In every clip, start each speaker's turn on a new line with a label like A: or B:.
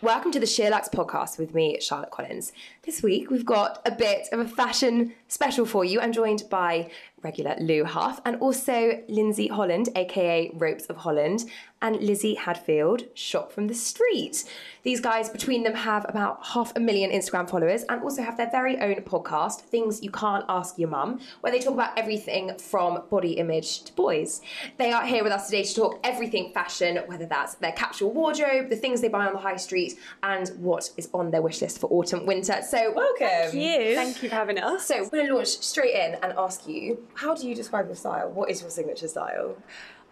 A: Welcome to the Sheerlax podcast with me, Charlotte Collins. This week we've got a bit of a fashion special for you. I'm joined by regular Lou Huff and also Lindsay Holland, aka Ropes of Holland, and Lizzie Hadfield, Shop from the Street. These guys, between them, have about half a million Instagram followers and also have their very own podcast, Things You Can't Ask Your Mum, where they talk about everything from body image to boys. They are here with us today to talk everything fashion, whether that's their capsule wardrobe, the things they buy on the high street, and what is on their wish list for autumn winter. So, welcome.
B: Thank you for having us.
A: So, we're going to launch straight in and ask you how do you describe your style? What is your signature style?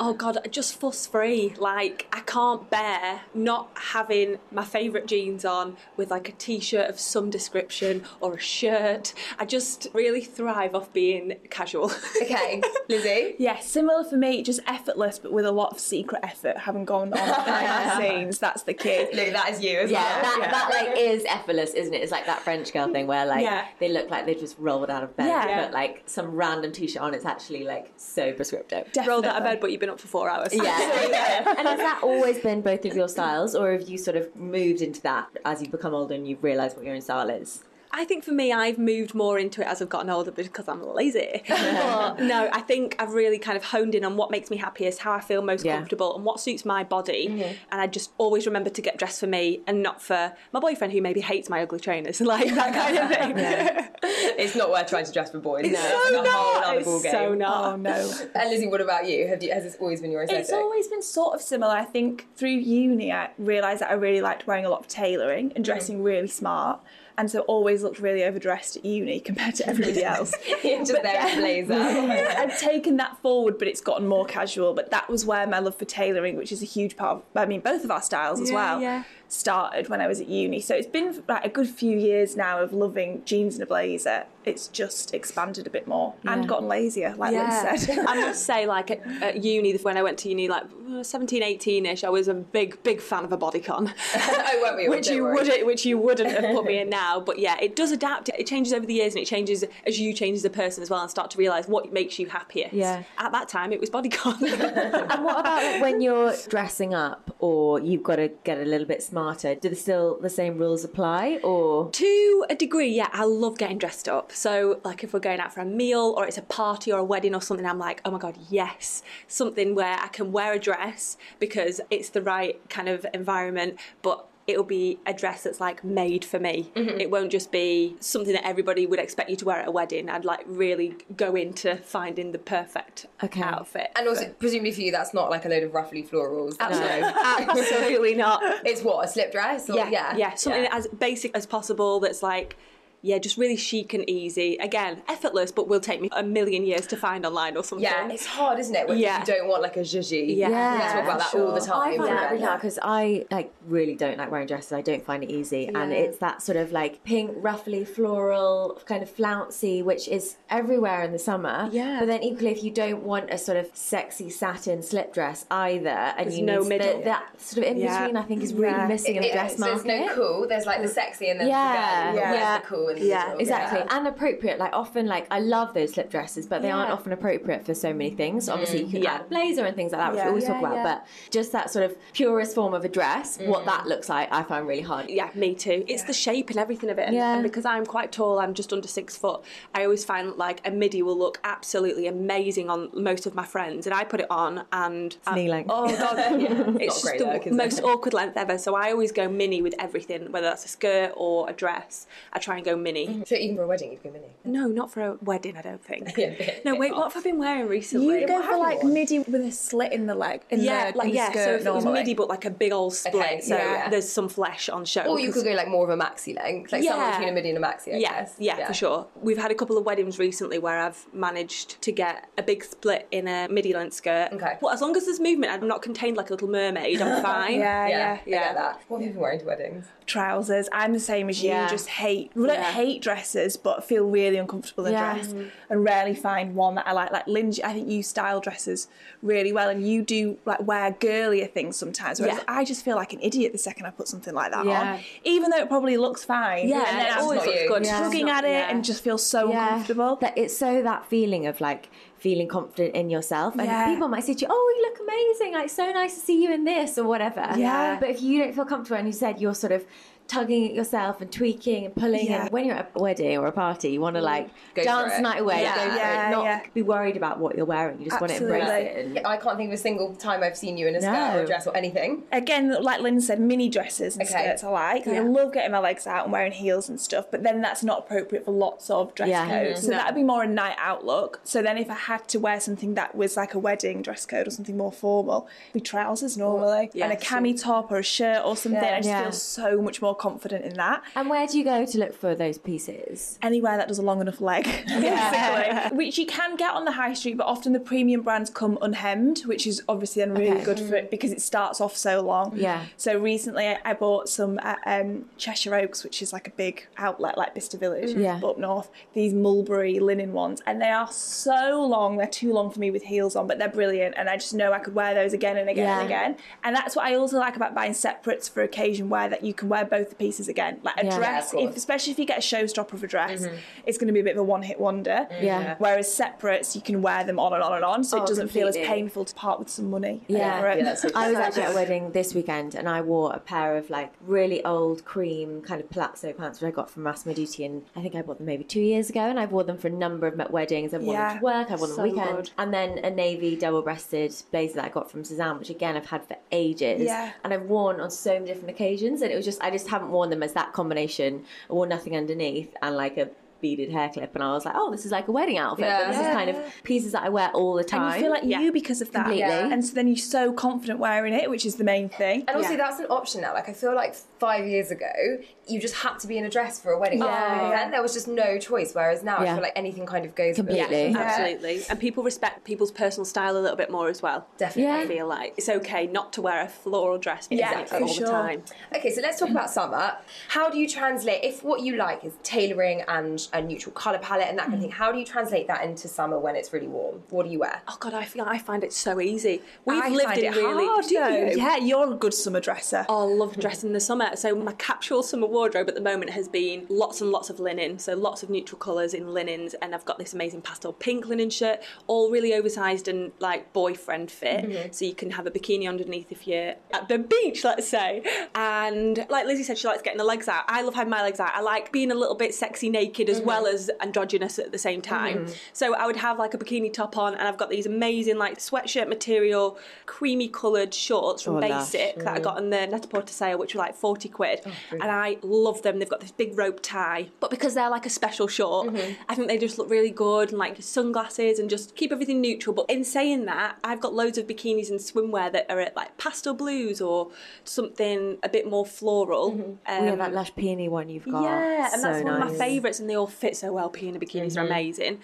B: Oh god, just fuss free. Like I can't bear not having my favourite jeans on with like a t-shirt of some description or a shirt. I just really thrive off being casual.
A: Okay, Lizzie.
C: Yeah, similar for me, just effortless, but with a lot of secret effort, having gone on behind the scenes. That's the key.
A: Lou, that is you as
D: Yeah,
A: well.
D: that, that like is effortless, isn't it? It's like that French girl thing where like
B: Yeah.
D: they look like they just rolled out of bed,
C: Yeah.
D: but like some random t-shirt on. It's actually like so prescriptive.
B: Rolled out of bed, but you've been up for four hours.
D: Yeah. and has that always been both of your styles, or have you sort of moved into that as you've become older and you've realised what your own style is?
B: I think for me, I've moved more into it as I've gotten older because I'm lazy. but no, I think I've really kind of honed in on what makes me happiest, how I feel most
D: Yeah.
B: comfortable, and what suits my body. And I just always remember to get dressed for me and not for my boyfriend who maybe hates my ugly trainers, like that kind of thing.
A: It's not worth trying to dress for boys.
B: It's so not. It's so not.
C: Oh no.
A: And Lizzie, what about you? Have you has this always been your aesthetic?
C: It's always been sort of similar. I think through uni, I realised that I really liked wearing a lot of tailoring and dressing really smart. And so always looked really overdressed at uni compared to everybody else.
A: just there in a blazer.
C: I've taken that forward, but it's gotten more casual. But that was where my love for tailoring, which is a huge part of, I mean, both of our styles as
B: Yeah,
C: well,
B: yeah.
C: started when I was at uni. So it's been like a good few years now of loving jeans and a blazer. It's just expanded a bit more and gotten lazier, like
B: Yeah.
C: Lynn said.
B: I must say, like at, at uni, when I went to uni, like 17, 18 ish, I was a big, big fan of a bodycon.
A: oh, weren't we? all?
B: which
A: Don't
B: you
A: worry.
B: wouldn't which you wouldn't have put me in now but yeah it does adapt it changes over the years and it changes as you change as a person as well and start to realize what makes you happiest
D: Yeah.
B: at that time it was bodycon
D: And what about like, when you're dressing up, or you've got to get a little bit smarter? Do the still the same rules apply, or
B: to a degree yeah i love getting dressed up so like if we're going out for a meal or it's a party or a wedding or something i'm like oh my god yes something where i can wear a dress because it's the right kind of environment but It'll be a dress that's like made for me.
A: Mm-hmm.
B: It won't just be something that everybody would expect you to wear at a wedding. I'd like really go into finding the perfect
D: Okay.
B: outfit.
A: And also, presumably for you, that's not like a load of ruffly florals.
B: Absolutely,
A: No.
B: absolutely not.
A: it's what a slip dress. Or,
B: yeah,
A: yeah,
B: yeah, something as basic as possible that's like yeah, just really chic and easy. Again, effortless, but will take me a million years to find online or something.
A: Yeah, it's hard, isn't it? When
B: Yeah.
A: you don't want like a zhuzhi.
B: Yeah.
A: we talk about that all the time.
D: I find
A: yeah.
D: that really hard because I like really don't like wearing dresses. I don't find it easy, and it's that sort of like pink, ruffly, floral kind of flouncy, which is everywhere in the summer.
B: Yeah.
D: But then equally, if you don't want a sort of sexy satin slip dress either, and
B: There's
D: you
B: no
D: need to-
B: middle.
D: that, that sort of in
B: Yeah.
D: between, I think is really
C: Yeah.
D: missing in the
A: It-
D: dress
A: so
D: market.
A: there's no cool. There's like the sexy and then
D: Yeah.
A: the girly. but
D: Yeah.
A: Where's the cool and the
B: Yeah,
A: middle?
D: Exactly, and appropriate. Like often, like I love those slip dresses, but they aren't often appropriate for so many things. Obviously, you can
B: Yeah.
D: add a blazer and things like that, which
C: Yeah.
D: we always talk
C: Yeah,
D: about. But just that sort of purest form of a dress, what that looks like, I find really hard.
B: Yeah, me too. It's the shape and everything of it. And,
D: Yeah.
B: and because I'm quite tall, I'm just under six foot, I always find like a midi will look absolutely amazing on most of my friends. And I put it on and I'm-
D: knee length.
B: Oh god. it's
A: great
B: just the
A: look, is it?
B: most awkward length ever. So I always go mini with everything, whether that's a skirt or a dress. I try and go mini.
A: So even for a wedding, you'd go mini.
B: No, not for a wedding, I don't think.
A: Yeah, bit-
B: no,
A: bit
B: wait,
A: off.
B: what have I been wearing recently?
C: You go for like
A: one?
C: midi with a slit in the leg. In
B: yeah,
C: the, in
B: like
C: the
B: yeah.
C: skirt
B: So if it was
C: normally.
B: midi, but like a big old split,
A: Okay,
B: so
A: yeah.
B: there's some flesh on show.
A: Or you could
B: because-
A: go like more of a maxi length, like somewhere
B: Yeah.
A: between a midi and a maxi. I
B: yeah,
A: guess.
B: yeah, for sure. We've had a couple of weddings recently where I've managed to get a big split in a midi length skirt.
A: Okay.
B: Well, as long as there's movement, I'm not contained like a little mermaid. I'm fine.
C: Yeah,
A: Yeah,
C: yeah.
A: I
B: yeah.
A: get that. What have you been wearing to weddings?
C: Trousers. I'm the same as you.
D: Yeah.
C: Just hate. Well,
B: Yeah. Mm-hmm.
C: don't hate dresses, but feel really uncomfortable in
D: Yeah.
C: dress, and rarely find one that I like. Like Lindsay, I think you style dresses really well, and you do like wear girlier things sometimes. Whereas
B: Yeah.
C: I just feel like an idiot the second I put something like that
D: Yeah.
C: on, even though it probably looks fine.
B: Yeah,
C: and
B: it
C: then I'm
B: always
A: not
B: looks
A: you.
B: good.
D: Yeah.
B: It's
C: looking
B: not-
C: at it
B: yeah.
C: and just feel so uncomfortable.
D: That it's so that feeling of like feeling confident in yourself, and
C: Yeah.
D: people might say to you, "Oh, you look amazing! Like so nice to see you in this or whatever."
C: Yeah.
D: But if you don't feel comfortable, and you said you're sort of tugging at yourself and tweaking and pulling,
C: Yeah. Mm.
D: and when you're at a wedding or a party, you want to like
A: Go for
D: dance
A: it.
D: night away,
B: Yeah.
D: go for
C: Yeah,
D: it, not
C: yeah.
D: be worried about what you're wearing. You just want to embrace
C: Absolutely.
D: it. And,
A: Yeah, I can't think of a single time I've seen you in a skirt
D: No.
A: or a dress or anything.
C: again, like Lynn said, mini dresses and
A: Okay.
C: skirts I like. Like, I
B: Yeah.
C: love getting my legs out and wearing heels and stuff, but then that's not appropriate for lots of dress
D: Yeah.
C: codes. So
B: No.
C: that'd be more a night out look. So then if I had to wear something that was like a wedding dress code or something more formal, it'd be trousers normally
B: yeah,
C: and a cami top or a shirt or something. I just
D: Yeah.
C: feel so much more confident in that.
D: and where do you go to look for those pieces?
C: Anywhere that does a long enough leg, basically, which you can get on the high street, but often the premium brands come unhemmed, which is obviously then really
D: Okay.
C: good for it because it starts off so long.
D: Yeah.
C: So recently, I, I bought some at um, Cheshire Oaks, which is like a big outlet, like Bicester Village
D: Yeah.
C: but up north. These mulberry linen ones, and they are so long. They're too long for me with heels on, but they're brilliant, and I just know I could wear those again and again and
D: Yeah.
C: again. And that's what I also like about buying separates for occasion wear that you can wear both the pieces again. Like a
D: Yeah.
C: dress,
A: Yeah, of
C: if,
A: course.
C: especially if you get a showstopper of a dress,
B: Mm-hmm.
C: it's going to be a bit of a one-hit wonder.
D: Yeah.
C: Whereas separates, you can wear them on and on and on, so
D: Oh,
C: it doesn't feel as
D: completely.
C: painful to part with some money.
D: Yeah.
C: over it.
A: Yeah, that's
D: I was
A: So
D: actually at a wedding this weekend and I wore a pair of like really old cream kind of palazzo pants which I got from Massimo Dutti and I think I bought them maybe two years ago and I've worn them for a number of my weddings. I've worn
C: Yeah.
D: them to work, I've worn
B: So
D: them weekend.
B: good.
D: And then a navy double breasted blazer that I got from Suzanne, which again I've had for ages.
C: Yeah.
D: And I've worn on so many different occasions and it was just I just haven't worn them as that combination. I wore nothing underneath and like a beaded hair clip and I was like, Oh, this is like a wedding outfit.
A: Yeah.
D: But this is kind of pieces that I wear all the time.
C: And you feel like you because of that.
D: Completely. Yeah.
C: And so then you're so confident wearing it, which is the main thing.
A: And also,
B: Yeah.
A: that's an option now. Like, I feel like five years ago, you just had to be in a dress for a wedding.
C: Yeah.
A: And there was just no choice. Whereas now, I
D: Yeah.
A: feel like anything kind of goes with it.
D: Completely. Yeah.
B: Absolutely. And people respect people's personal style a little bit more as well.
A: Definitely.
B: I feel like it's okay not to wear a floral dress
C: Yeah,
B: exactly
C: for
B: all
C: sure.
B: the time.
A: Okay, so let's talk about summer. How do you translate if what you like is tailoring and a neutral color palette and that kind of thing? How do you translate that into summer when it's really warm? What do you wear?
B: Oh God, I feel I find it so easy. We've
A: I
B: lived
A: find
B: in
A: it
B: really.
A: hard,
B: Do you?
C: Yeah, you're a good summer dresser.
B: Oh, I love dressing in the summer. So my capsule summer wardrobe at the moment has been lots and lots of linen. So lots of neutral colours in linens, and I've got this amazing pastel pink linen shirt, all really oversized and like boyfriend fit.
D: Mm-hmm.
B: So you can have a bikini underneath if you're at the beach, let's say. And like Lizzie said, she likes getting her legs out. I love having my legs out. I like being a little bit sexy naked as well
D: Mm-hmm.
B: as androgynous at the same time. So I would have like a bikini top on, and I've got these amazing like sweatshirt material, creamy coloured shorts from
D: Oh, lush.
B: Basic that I got in the Net-a-Porter sale, which were like 40 quid. and I love them. They've got this big rope tie. But because they're like a special short, I think they just look really good and like sunglasses and just keep everything neutral. But in saying that, I've got loads of bikinis and swimwear that are at like pastel blues or something a bit more floral. Um,
D: Oh, yeah, Oh, that lush peony one you've got.
B: yeah, and
D: So
B: that's one of my
D: nice.
B: favourites, and they all fit so well. Peony bikinis are amazing,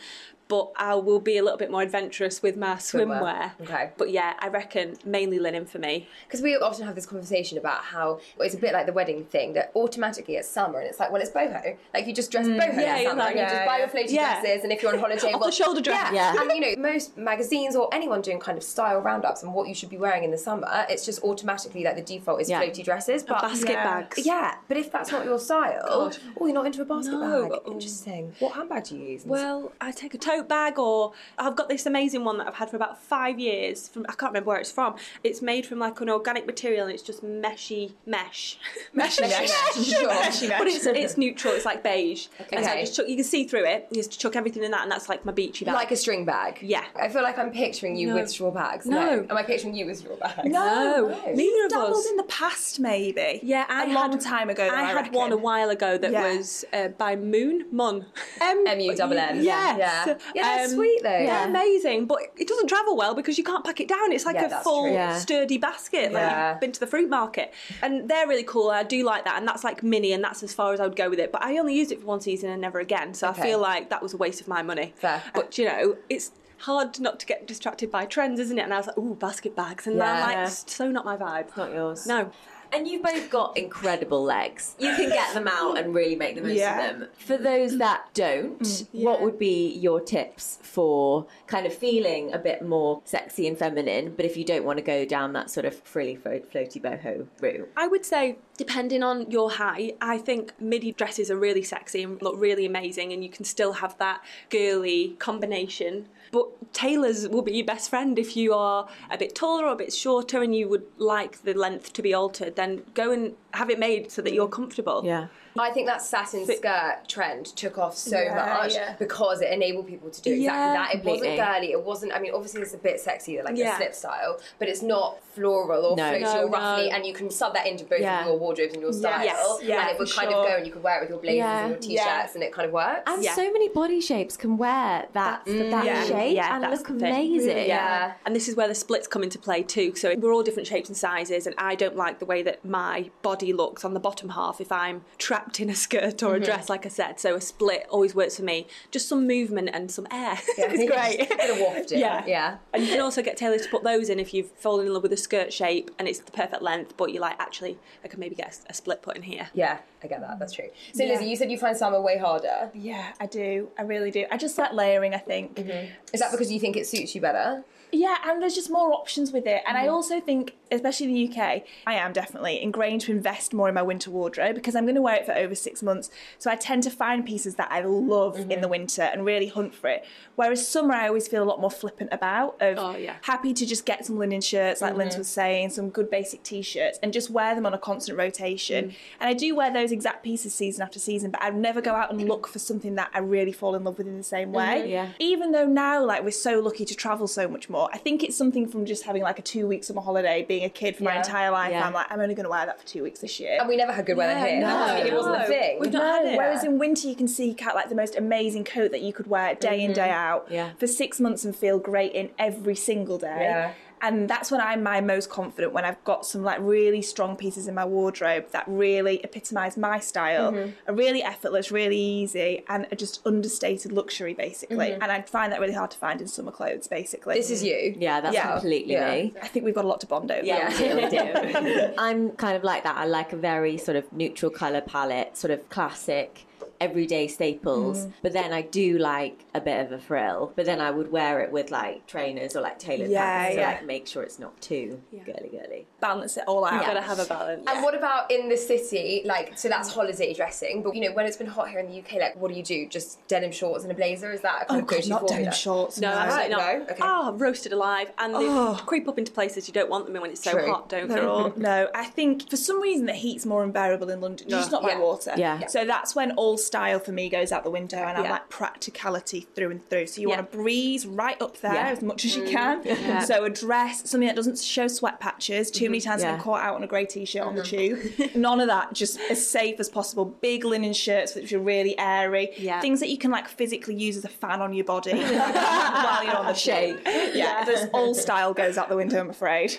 B: but I will be a little bit more adventurous with my swimwear.
A: Okay.
B: But yeah, I reckon mainly linen for me.
A: Because we often have this conversation about how well, it's a bit like the wedding thing that automatically it's summer and it's like, well, it's boho. Like you just dress boho
B: Mm. yeah,
A: in
B: you're
A: summer
B: like,
A: and you
B: yeah,
A: just buy your floaty
B: yeah.
A: dresses and if you're on holiday, well,
B: Off-the-shoulder dress.
A: Yeah.
D: Yeah.
A: and you know, most magazines or anyone doing kind of style roundups and what you should be wearing in the summer, it's just automatically like the default is
D: Yeah.
A: floaty dresses. But
B: Basket
C: Yeah.
B: bags.
A: Yeah, but if that's not your style,
B: God.
A: oh, you're not into a basket
B: No.
A: bag. Interesting. What handbag do you use?
B: Well, I take a tote tote bag, or I've got this amazing one that I've had for about five years from I can't remember where it's from. It's made from like an organic material and it's just meshy mesh.
A: Meshy mesh. Sure.
C: Meshy mesh.
B: But it's, it's neutral. It's like beige, and so I
A: Okay.
B: just chuck, you can see through it. You just chuck everything in that, and that's like my beachy bag.
A: Like a string bag.
B: Yeah.
A: I feel like I'm picturing you
B: No.
A: with straw bags.
B: No.
A: Am I picturing you with straw bags?
C: No,
A: No.
B: Neither
C: We've
B: of
C: dabbled
B: us.
C: in the past, maybe.
B: Yeah, I
C: a
B: had,
C: long time ago. though,
B: I,
C: I,
B: had one a
C: reckon.
B: while ago that
C: Yeah.
B: was uh, by Moon Mun.
A: M U double M.
B: Yes.
A: Yeah. Yeah, that's
B: Um,
A: sweet though.
B: They're amazing, but it doesn't travel well because you can't pack it down. It's like
A: Yeah,
B: a
A: that's
B: full,
A: true.
D: Yeah.
B: sturdy basket. Like
A: Yeah.
B: you've been to the fruit market, and they're really cool. I do like that, and that's like mini, and that's as far as I would go with it. But I only used it for one season and never again. So I
A: Okay.
B: feel like that was a waste of my money.
A: Fair.
B: But you know, it's hard not to get distracted by trends, isn't it? And I was like, ooh, basket bags, and I'm
A: Yeah.
B: like, so not my vibe.
D: Not yours.
B: No.
D: And you've both got incredible legs. You can get them out and really make the most
C: Yeah.
D: of them. For those that don't, what would be your tips for kind of feeling a bit more sexy and feminine, but if you don't want to go down that sort of frilly flo- floaty boho route?
B: I would say, depending on your height, I think midi dresses are really sexy and look really amazing, and you can still have that girly combination. But tailors will be your best friend if you are a bit taller or a bit shorter and you would like the length to be altered, then go and have it made so that you're comfortable.
D: Yeah.
A: I think that satin skirt trend took off so
C: Yeah,
A: much
C: yeah.
A: because it enabled people to do
B: Yeah,
A: exactly that. It
D: completely.
A: wasn't girly. It wasn't. I mean, obviously it's a bit sexy, like
B: Yeah.
A: a slip style, but it's not floral or
D: No.
A: floaty
B: No,
A: or ruffly.
B: no.
A: And you can sub that into both
D: Yeah.
A: of your wardrobes and your style,
B: Yes,
C: yeah,
A: and it would
C: for
A: kind
C: sure.
A: of go. And you could wear it with your blazers
D: Yeah,
A: and your t-shirts,
C: yeah.
A: and it kind of works.
D: And
B: Yeah.
D: so many body shapes can wear that, that
C: yeah.
D: shape
B: Yeah,
D: and
B: that's
D: look
B: the thing.
D: amazing.
A: Yeah.
B: And this is where the splits come into play too. So we're all different shapes and sizes, and I don't like the way that my body looks on the bottom half if I'm trapped in a skirt or a dress, like I said. So a split always works for me. Just some movement and some air. it's great.
A: Bit of wafting.
B: Yeah.
A: Yeah.
B: And you can also get tailors to put those in if you've fallen in love with a skirt shape and it's the perfect length, but you're like, actually, I could maybe get a s- a, split put in here.
A: Yeah, I get that. That's true. So,
C: Yeah.
A: Lizzie, you said you find summer way harder.
C: Yeah, I do. I really do. I just like layering. I think.
B: Mm-hmm.
A: Is that because you think it suits you better?
C: Yeah, and there's just more options with it.
B: Mm.
C: And I also think, especially in the UK, I am definitely ingrained to invest more in my winter wardrobe because I'm going to wear it for over six months. So I tend to find pieces that I love
B: Mm-hmm.
C: in the winter and really hunt for it. Whereas summer, I always feel a lot more flippant about. Of
B: Oh, yeah.
C: happy to just get some linen shirts, like
D: Mm-hmm.
C: Linda was saying, some good basic t-shirts, and just wear them on a constant rotation.
D: Mm.
C: And I do wear those exact pieces season after season, but I never go out and look for something that I really fall in love with in the same way.
D: Mm-hmm. Yeah.
C: Even though now, like, we're so lucky to travel so much more, I think it's something from just having like a two week summer holiday, being a kid for my
A: Yeah.
C: entire life.
D: Yeah.
C: I'm like, I'm only going to wear that for two weeks this year.
A: And we never had good weather here.
D: no.
A: it wasn't a
C: No.
A: thing.
C: We've not had it. Whereas
A: Yeah.
C: in winter, you can seek out like the most amazing coat that you could wear day in, day out
D: Yeah.
C: for six months and feel great in every single day.
A: Yeah.
C: And that's when I'm my most confident when I've got some like really strong pieces in my wardrobe that really epitomise my style, are really effortless, really easy, and are just understated luxury basically. And I find that really hard to find in summer clothes basically.
A: This is you.
D: Yeah, that's
C: Yeah.
D: completely
A: Yeah.
D: me.
C: I think we've got a lot to bond over.
D: Yeah, we do, we do. I'm kind of like that. I like a very sort of neutral colour palette, sort of classic everyday
C: Mm.
D: staples. But then I do like a bit of a frill. But then I would wear it with like trainers or like tailored
C: Yeah,
D: pants
C: yeah.
D: to like make sure it's not too girly girly.
C: Balance it all out.
D: Yeah.
B: Gotta have a balance.
A: And what about in the city? Like, so that's holiday dressing, but you know, when it's been hot here in the UK, like, what do you do? Just denim shorts and a blazer? Is that a kind
C: Oh
A: of go
C: god,
A: to
C: not
A: formula?
C: denim shorts.
B: No, absolutely not.
A: no, okay.
B: Ah, roasted alive, and they
C: Oh.
B: creep up into places you don't want them in when it's so
A: True.
B: hot, don't they?
C: They're all no. I think for some reason the heat's more unbearable in London. You're just not by
A: Yeah.
C: water.
D: Yeah. Yeah.
C: So that's when all style for me goes out the window, and I'm
B: Yeah.
C: like practicality through and through. So you
B: Yeah.
C: want to breeze right up there
D: Yeah.
C: as much as you can. So a dress, something that doesn't show sweat patches. Too many times I've
D: Mm-hmm. Yeah.
C: been caught out on a grey t-shirt on the tube. None of that. Just as safe as possible. Big linen shirts which are really airy.
B: Yeah.
C: Things that you can like physically use as a fan on your body while you're on the shade. Yeah. There's all style goes out the window. I'm afraid.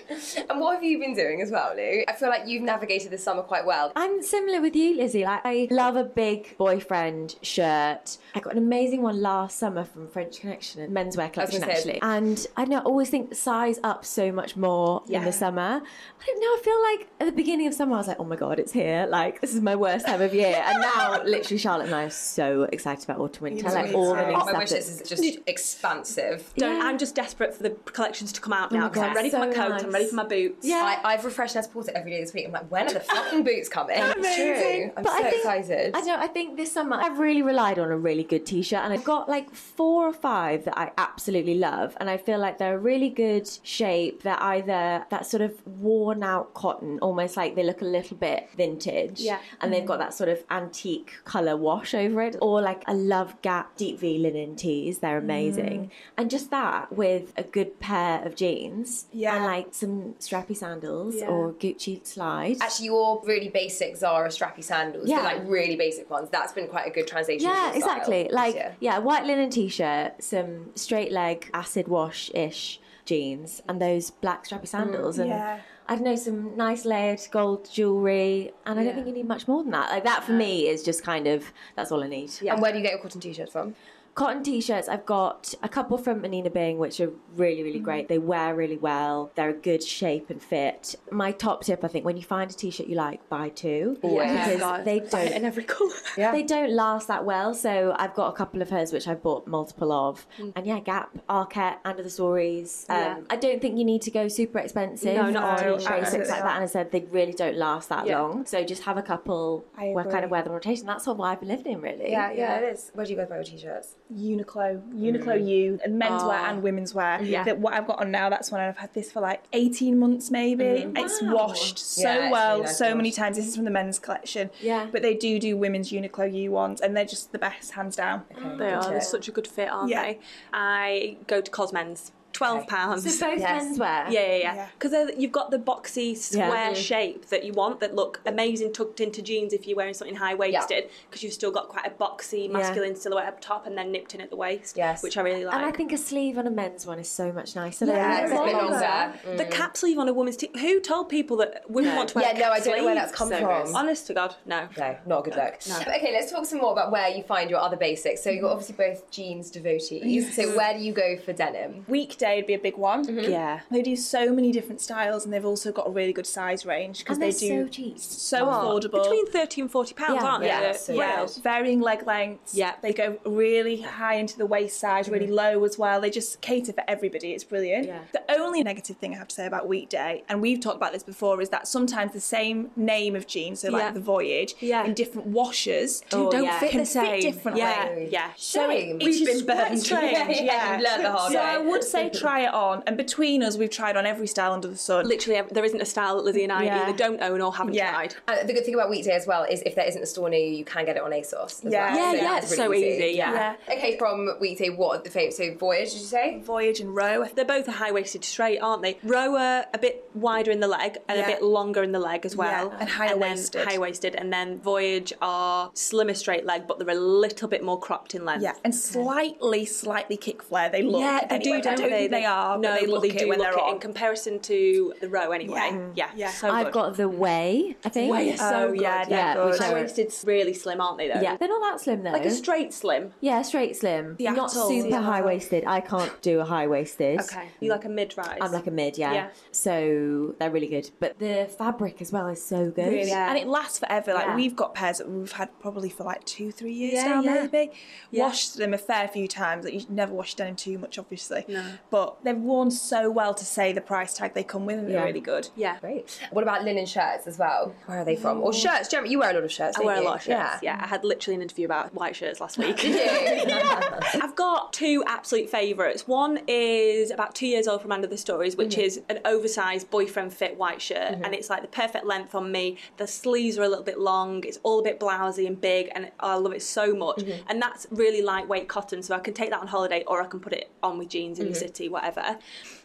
A: And what have you been doing as well, Lou? I feel like you've navigated the summer quite well.
D: I'm similar with you, Lizzie. Like I love a big boyfriend shirt. I got an amazing one last summer from French Connection, a menswear collection
A: gonna say-
D: actually. And I don't know, I always think size up so much more in the summer. I don't know. I feel like at the beginning of summer, I was like, oh my god, it's here. Like this is my worst time of year. And now, literally, Charlotte and I are so excited about autumn winter. Like all the new
A: Oh,
D: stuff.
A: I wish
D: that's-
A: this is just expansive.
B: Don't.
D: Yeah.
B: I'm just desperate for the collections to come out now because
D: God,
B: I'm ready for my
D: so
B: coat. I'm
D: nice.
B: ready for my boots.
D: Yeah.
A: I, I've refreshed and I support it every day this week. I'm like, when are the fucking boots coming? It's
D: Amazing.
A: true. I'm
D: But
A: so
D: I think-
A: excited.
D: I don't know. I think this this summer, I've really relied on a really good t shirt, and I've got like four or five that I absolutely love, and I feel like they're really good shape. They're either that sort of worn out cotton, almost like they look a little bit vintage,
B: Yeah.
D: and they've got that sort of antique color wash over it, or like I love Gap deep V linen tees, they're amazing, and just that with a good pair of jeans,
C: Yeah.
D: and like some strappy sandals
B: Yeah.
D: or Gucci slides.
A: Actually, your really basic Zara strappy sandals,
D: Yeah.
A: the like really basic ones, that's been quite a good translation. of
D: Yeah,
A: your style
D: exactly.
A: this
D: Like
A: year.
D: yeah, white linen t-shirt, some straight leg acid wash ish jeans, and those black strappy sandals, and
C: yeah.
D: I don't know some nice layered gold jewelry, and I don't think you need much more than that. Like that for me is just kind of that's all I need. Yeah.
A: And where do you get your cotton t-shirts from?
D: Cotton t-shirts. I've got a couple from Anina Bing, which are really really great. They wear really well. They're a good shape and fit. My top tip, I think, when you find a t-shirt you like, buy two
A: Always.
B: Yeah,
D: because
B: God.
D: they
B: Buy it
D: don't
B: in every colour.
A: Yeah.
D: they don't last that well. So I've got a couple of hers which I've bought multiple of. And yeah, Gap, Arquette, Under the Stories. Um,
B: Yeah.
D: I don't think you need to go super expensive.
B: No,
C: not
D: or
C: at all.
D: basics
C: Absolutely
D: like that.
C: not.
D: And I said they really don't last that
B: Yeah.
D: long. So just have a couple.
C: I
D: Where kind
C: agree.
D: of wear them on rotation. That's what I've been living in really.
A: Yeah, yeah, it is. Where do you guys buy your t-shirts?
C: Uniqlo, Uniqlo U, and menswear
B: Oh.
C: and women's wear.
B: Mm. Yeah.
C: That what I've got on now, that's one I've had this for like 18 months maybe.
B: Mm.
C: It's washed so
A: Yeah, it's really
C: well,
A: nice
C: so
A: wash.
C: many times. This is from the men's collection.
D: Yeah.
C: But they do do women's Uniqlo U ones, and they're just the best, hands down.
B: They are. They're
A: Okay.
B: such a good fit, aren't
C: Yeah.
B: they? I go to Cosmen's. Twelve pounds.
D: So both
A: Yes.
B: Yeah,
D: menswear.
B: yeah, yeah.
C: Yeah.
B: Because you've got the boxy square shape that you want that look amazing tucked into jeans if you're wearing something high waisted because you've still got quite a boxy masculine silhouette up top and then nipped in at the waist.
A: Yes.
B: which I really like.
D: And I think a sleeve on a men's one is so much nicer.
A: Yeah,
D: than
A: it's a bit
D: longer.
A: longer.
B: The cap sleeve on a woman's t- who told people that women want to wear?
A: Yeah,
B: cap
A: no, I don't know where that's
B: sleeves?
A: come
D: so
A: from.
D: gross.
B: Honest to God, no.
A: No, not a good look. But okay, let's talk some more about where you find your other basics. So you're obviously both jeans devotees. So where do you go for denim?
C: Weekday would be a big one.
B: Mm-hmm.
D: Yeah.
C: They do so many different styles, and they've also got a really good size range because
D: And
C: they do
D: they're
C: Oh
D: so cheap.
C: so affordable.
B: Between thirty and forty pounds,
D: Yeah.
B: aren't
A: Yeah,
B: they? Uh,
A: so
B: yeah.
C: Well, varying leg lengths.
B: Yeah.
C: They go really high into the waist size, really low as well. They just cater for everybody. It's brilliant.
D: Yeah.
C: The only negative thing I have to say about weekday, and we've talked about this before, is that sometimes the same name of jeans, so like
B: Yeah.
C: the voyage,
B: Yeah.
C: in different washes,
D: Oh,
C: don't
D: yeah.
C: fit
B: Can
C: the
B: fit
C: same. differently.
B: Yeah, yeah.
C: So
A: Shame.
C: it, it's
A: We've
C: just
A: been
C: quite
A: burned.
C: strange,
A: Yeah, yeah, you've learned the hard
C: so
A: way.
C: I would say try it on. And between us, we've tried on every style under the sun.
B: Literally, ev- there isn't a style that Lizzie and I
C: Yeah.
B: either don't own or haven't
C: Yeah.
B: tried.
A: And uh, the good thing about weekday as well is if there isn't a store near you, you can get it on ASOS. As
C: Yeah.
A: well.
C: Yeah,
A: So
B: yeah,
A: that's
B: it's so easy, yeah.
A: Okay, from weekday, what are the favourite? So voyage, did you say?
C: Voyage and row. I
B: They're both a high waisted straight, aren't they? Row are a bit wider in the leg and a
C: Yeah.
B: bit longer in the leg as well.
C: Yeah, and higher waisted.
B: High waisted. And then Voyage are slimmer straight leg, but they're a little bit more cropped in length.
C: Yeah, and slightly, slightly kick flare. They look.
B: Yeah, they
C: anyway.
B: do, don't
C: I don't
B: they?
C: think they are.
B: No,
C: but they look
B: do
C: it when
B: look
C: they're
B: it
C: on.
B: in comparison to the row anyway. Yeah,
C: Yeah.
B: yeah.
C: Yeah.
B: so
D: I've
B: good.
D: got the way, I think.
B: Way is so
C: Oh,
B: good.
C: yeah, they're
D: Yeah,
C: good.
D: which I-
B: High waisted, really slim, aren't they? Though,
D: Yeah. They're not that slim though.
B: like a straight slim.
D: Yeah, straight slim.
C: The
D: Not
C: actual-
D: super
C: Yeah.
D: high waisted. I can't do a high waisted.
B: Okay, you like a mid rise.
D: I'm like a mid, yeah.
B: Yeah.
D: So they're really good. But the fabric as well is so good.
C: Really, And it lasts forever. Like
D: Yeah.
C: we've got pairs that we've had probably for like two, three years
B: Yeah,
C: now,
B: yeah.
C: maybe.
B: Yeah.
C: Washed them a fair few times. Like you should never wash denim too much, obviously. But they've worn so well to say the price tag they come with, and
D: Yeah.
C: they're really good.
B: yeah.
A: Great. What about linen shirts as well? Where are they from? Or shirts? Jeremy, you wear a lot of shirts.
B: Mm. I
A: don't
B: wear a
A: you?
B: lot of shirts. Yeah. I had literally an interview about white shirts last week. I've got two absolute favourites. One is about two years old from Under the Stories, which
D: Mm-hmm.
B: is an oversized boyfriend fit white shirt, and it's like the perfect length on me. The sleeves are a little bit long. It's all a bit blousy and big, and I love it so much.
D: Mm-hmm.
B: And that's really lightweight cotton, so I can take that on holiday or I can put it on with jeans in
D: Mm-hmm.
B: the city, whatever.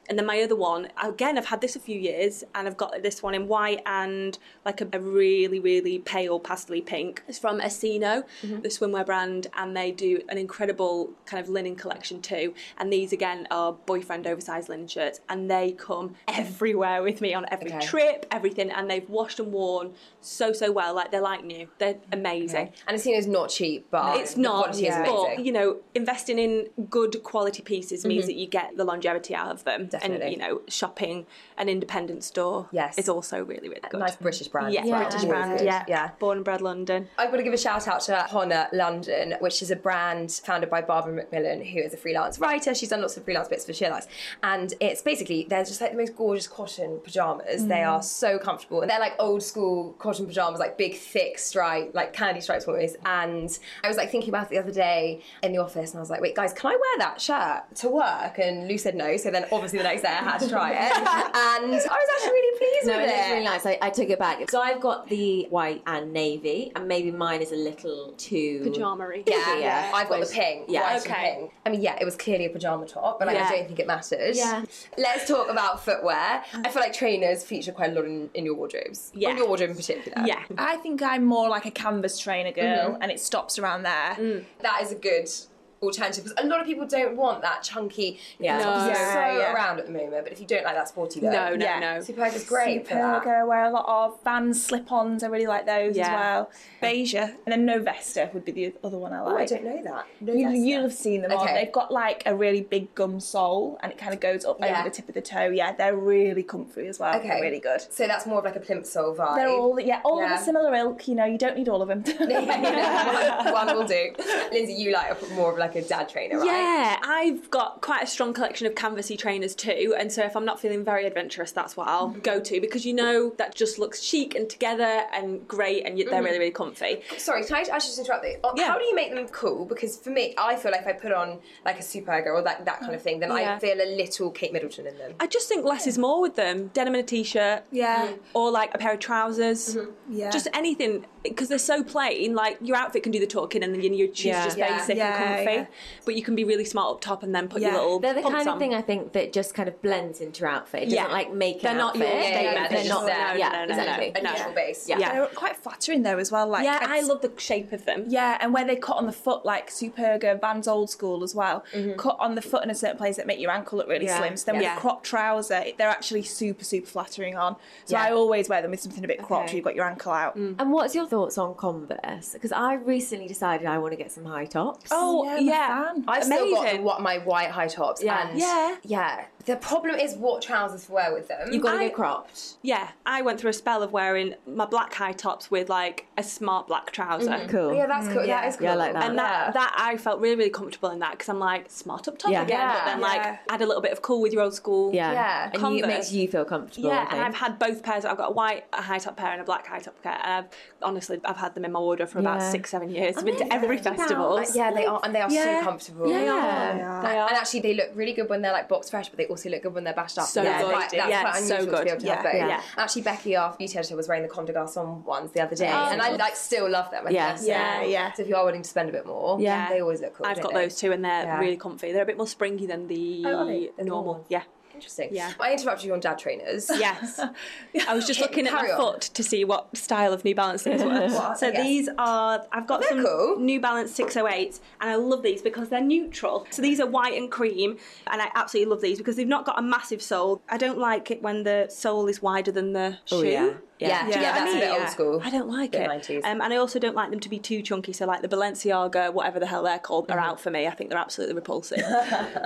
B: And then my other one, again, I've had this a few years, and I've got this one in white and like a, a really, really pale pastel pink. It's from Asino, the swimwear brand, and they do an incredible kind of linen collection too. And these again are boyfriend oversized linen shirts, and they come everywhere with me on every
A: Okay.
B: trip, everything, and they've washed and worn so so well. Like they're like new. They're amazing.
A: And Asino's not cheap, but
B: It's
A: the
B: not,
A: quality is amazing.
B: but you know, investing in good quality pieces means that you get the longevity out of them.
A: Mm-hmm. definitely.
B: And you know, shopping an independent store
A: Yes.
B: is also really really good.
A: Nice British brand.
B: Yeah,
A: Right,
B: British
A: always
B: brand.
A: good.
B: Yeah.
A: yeah.
B: born and bred London.
A: I want to give a shout out to Honor London, which is a brand founded by Barbara McMillan, who is a freelance writer. She's done lots of freelance bits for Sheerlax. And it's basically, they're just like the most gorgeous cotton pajamas. They
B: Mm.
A: are so comfortable. And they're like old school cotton pajamas, like big, thick stripe, like candy stripes almost. And I was like thinking about it the other day in the office, and I was like, wait, guys, can I wear that shirt to work? And Lou said no. So then obviously the next day I had to try it. and I was actually really pleased
D: No,
A: with
D: it
A: it.
D: is really nice. I, I took it back. So I've got the white and navy, and maybe mine is a little too
B: Pajamery.
A: Um, Yeah,
D: Yeah.
A: I've got the
D: Which-
A: pink.
D: yeah.
A: white and
B: Okay.
A: pink. I mean, yeah, it was clearly a pajama top, but like,
B: Yeah.
A: I don't think it matters.
D: Yeah.
A: Let's talk about footwear. I feel like trainers feature quite a lot in, in your wardrobes.
B: Yeah.
A: In your wardrobe in particular.
B: Yeah.
C: I think I'm more like a canvas trainer girl, and it stops around there.
A: That is a good alternative because a lot of people don't want that chunky.
D: Yeah.
A: it's obviously
C: No.
A: so
C: Yeah, yeah.
A: around at the moment, but if you don't like that sporty look,
B: No, no,
C: Yeah.
B: no.
A: Superga is great for that.
C: Superga, I wear a lot of Vans slip-ons. I really like those
B: Yeah.
C: as well. Beige, and then No Vesta would be the other one I
A: Oh, I
C: like.
A: don't know that. No,
C: You,
A: that's
C: you'll
A: that.
C: have seen them. on.
A: Okay.
C: They've got like a really big gum sole, and it kind of goes up
A: Yeah.
C: over the tip of the toe. Yeah, they're really comfy as well. They're really good.
A: So that's more of like a plimsoll vibe.
C: They're all yeah, all
A: Yeah.
C: of a similar ilk. You know, you don't need all of them.
A: one, one will do. Lindsay, you like a- more of like a dad trainer, right?
B: Yeah, I've got quite a strong collection of canvasy trainers too, and so if I'm not feeling very adventurous, that's what I'll go to because you know that just looks chic and together and great, and you-
A: Mm-hmm.
B: they're really really comfy.
A: Sorry, can I actually just interrupt you?
B: Yeah.
A: How do you make them cool? Because for me, I feel like if I put on like a Superga or that, that kind of thing, then I
B: Yeah.
A: feel a little Kate Middleton in them.
B: I just think less is more with them. Denim and a t-shirt,
C: Yeah.
B: or like a pair of trousers,
D: Mm-hmm.
C: Yeah.
B: just anything because they're so plain. Like your outfit can do the talking, and then you, you choose
D: Yeah.
B: just
A: Yeah.
B: basic
C: Yeah,
B: and comfy.
C: yeah.
B: But you can be really smart up top and then put
C: Yeah.
B: your little.
D: They're the
B: pumps
D: kind of
B: on.
D: thing I think that just kind of blends into your outfit. It doesn't
B: Yeah.
D: like make an
B: They're not your
D: outfit.
A: Yeah, yeah, yeah,
D: they're,
A: they're just
D: not
A: there.
D: Yeah,
B: No, no, no, no.
D: exactly.
A: A natural base.
B: Yeah.
C: They're quite flattering though as well. Like
B: Yeah, I
C: I'd-
B: love the shape of them.
C: Yeah, and where they cut on the foot, like Superga, Vans old school as well, cut on the foot in a certain place that make your ankle look really
D: Yeah.
C: slim. So then
B: Yeah.
C: with a crop trouser, it- they're actually super, super flattering on. So
A: Yeah.
C: I always wear them with something a bit cropped,
D: Okay. Mm.
C: you've got your ankle out.
D: And what's your thoughts on Converse? Because I recently decided I want to get some high tops.
B: Oh
C: Yeah,
B: yeah,
C: I'm a fan.
A: I've still got the,
B: Amazing.
A: what, my white high tops.
D: Yeah.
A: And
B: Yeah.
A: yeah. The problem is what trousers to wear with them.
D: You've got to
B: I-
D: go cropped.
B: yeah. I went through a spell of wearing my black high tops with like a smart black trouser.
D: Cool.
A: yeah, that's cool. That is cool.
D: Mm-hmm. Mm, Yeah, I like that.
B: And that, that I felt really, really comfortable in that because I'm like smart up top
D: Yeah.
B: again,
A: Yeah.
B: but then like
C: Yeah.
B: add a little bit of cool with your old school.
D: Yeah.
A: Yeah.
D: And you, it
B: Converse.
D: makes you feel comfortable. I
B: Yeah, and
D: think.
B: I've had both pairs. I've got a white a high top pair and a black high top pair. And I've honestly, I've had them in my wardrobe for about
D: Yeah.
B: six, seven years. I've been to every
D: Amazing.
B: festival.
A: Uh, yeah, they are, and they are so
B: Yeah.
A: comfortable.
D: Yeah.
A: And-
B: They are.
A: And actually, they look really good when they're like box fresh, but they also look good when they're bashed up.
B: So
A: And
B: good.
A: Quite, that's
B: Yeah,
A: quite
B: so
A: unusual to
B: good.
A: be able to have
C: Yeah.
A: both.
D: Yeah.
A: Actually, Becky, our beauty editor, was wearing the Comme des Garçons ones the other day, and I like still love them. I think
D: Yeah.
A: they're so
B: Oh, Yeah,
A: cool.
C: yeah.
A: So if you are willing to spend a bit more,
D: Yeah.
A: they always look cool.
B: I've
A: don't
B: got
A: they?
B: those two, and they're
A: Yeah.
B: really comfy. They're a bit more springy than the
A: Oh, are they? They're normal
B: normal.
A: ones.
B: Yeah.
A: Interesting.
B: Yeah.
A: I interrupted you on dad trainers.
B: Yes. I was just
A: Hit-
B: looking at
A: carry
B: my
A: on.
B: foot to see what style of New Balance these were.
A: What?
B: So
A: Yes.
B: these are I've got
A: They're
B: some
A: cool.
B: New Balance 608s and I love these because they're neutral. So these are white and cream and I absolutely love these because they've not got a massive sole. I don't like it when the sole is wider than the
D: Oh,
B: shoe.
D: yeah.
A: Yeah, yeah,
B: Do you know what I
A: that's
B: mean?
A: a bit
B: Yeah.
A: old school.
B: I don't like
A: Bit
B: it.
A: 90s.
B: Um, and I also don't like them to be too chunky. So, like the Balenciaga, whatever the hell they're called,
A: Mm-hmm.
B: are out for me. I think they're absolutely repulsive.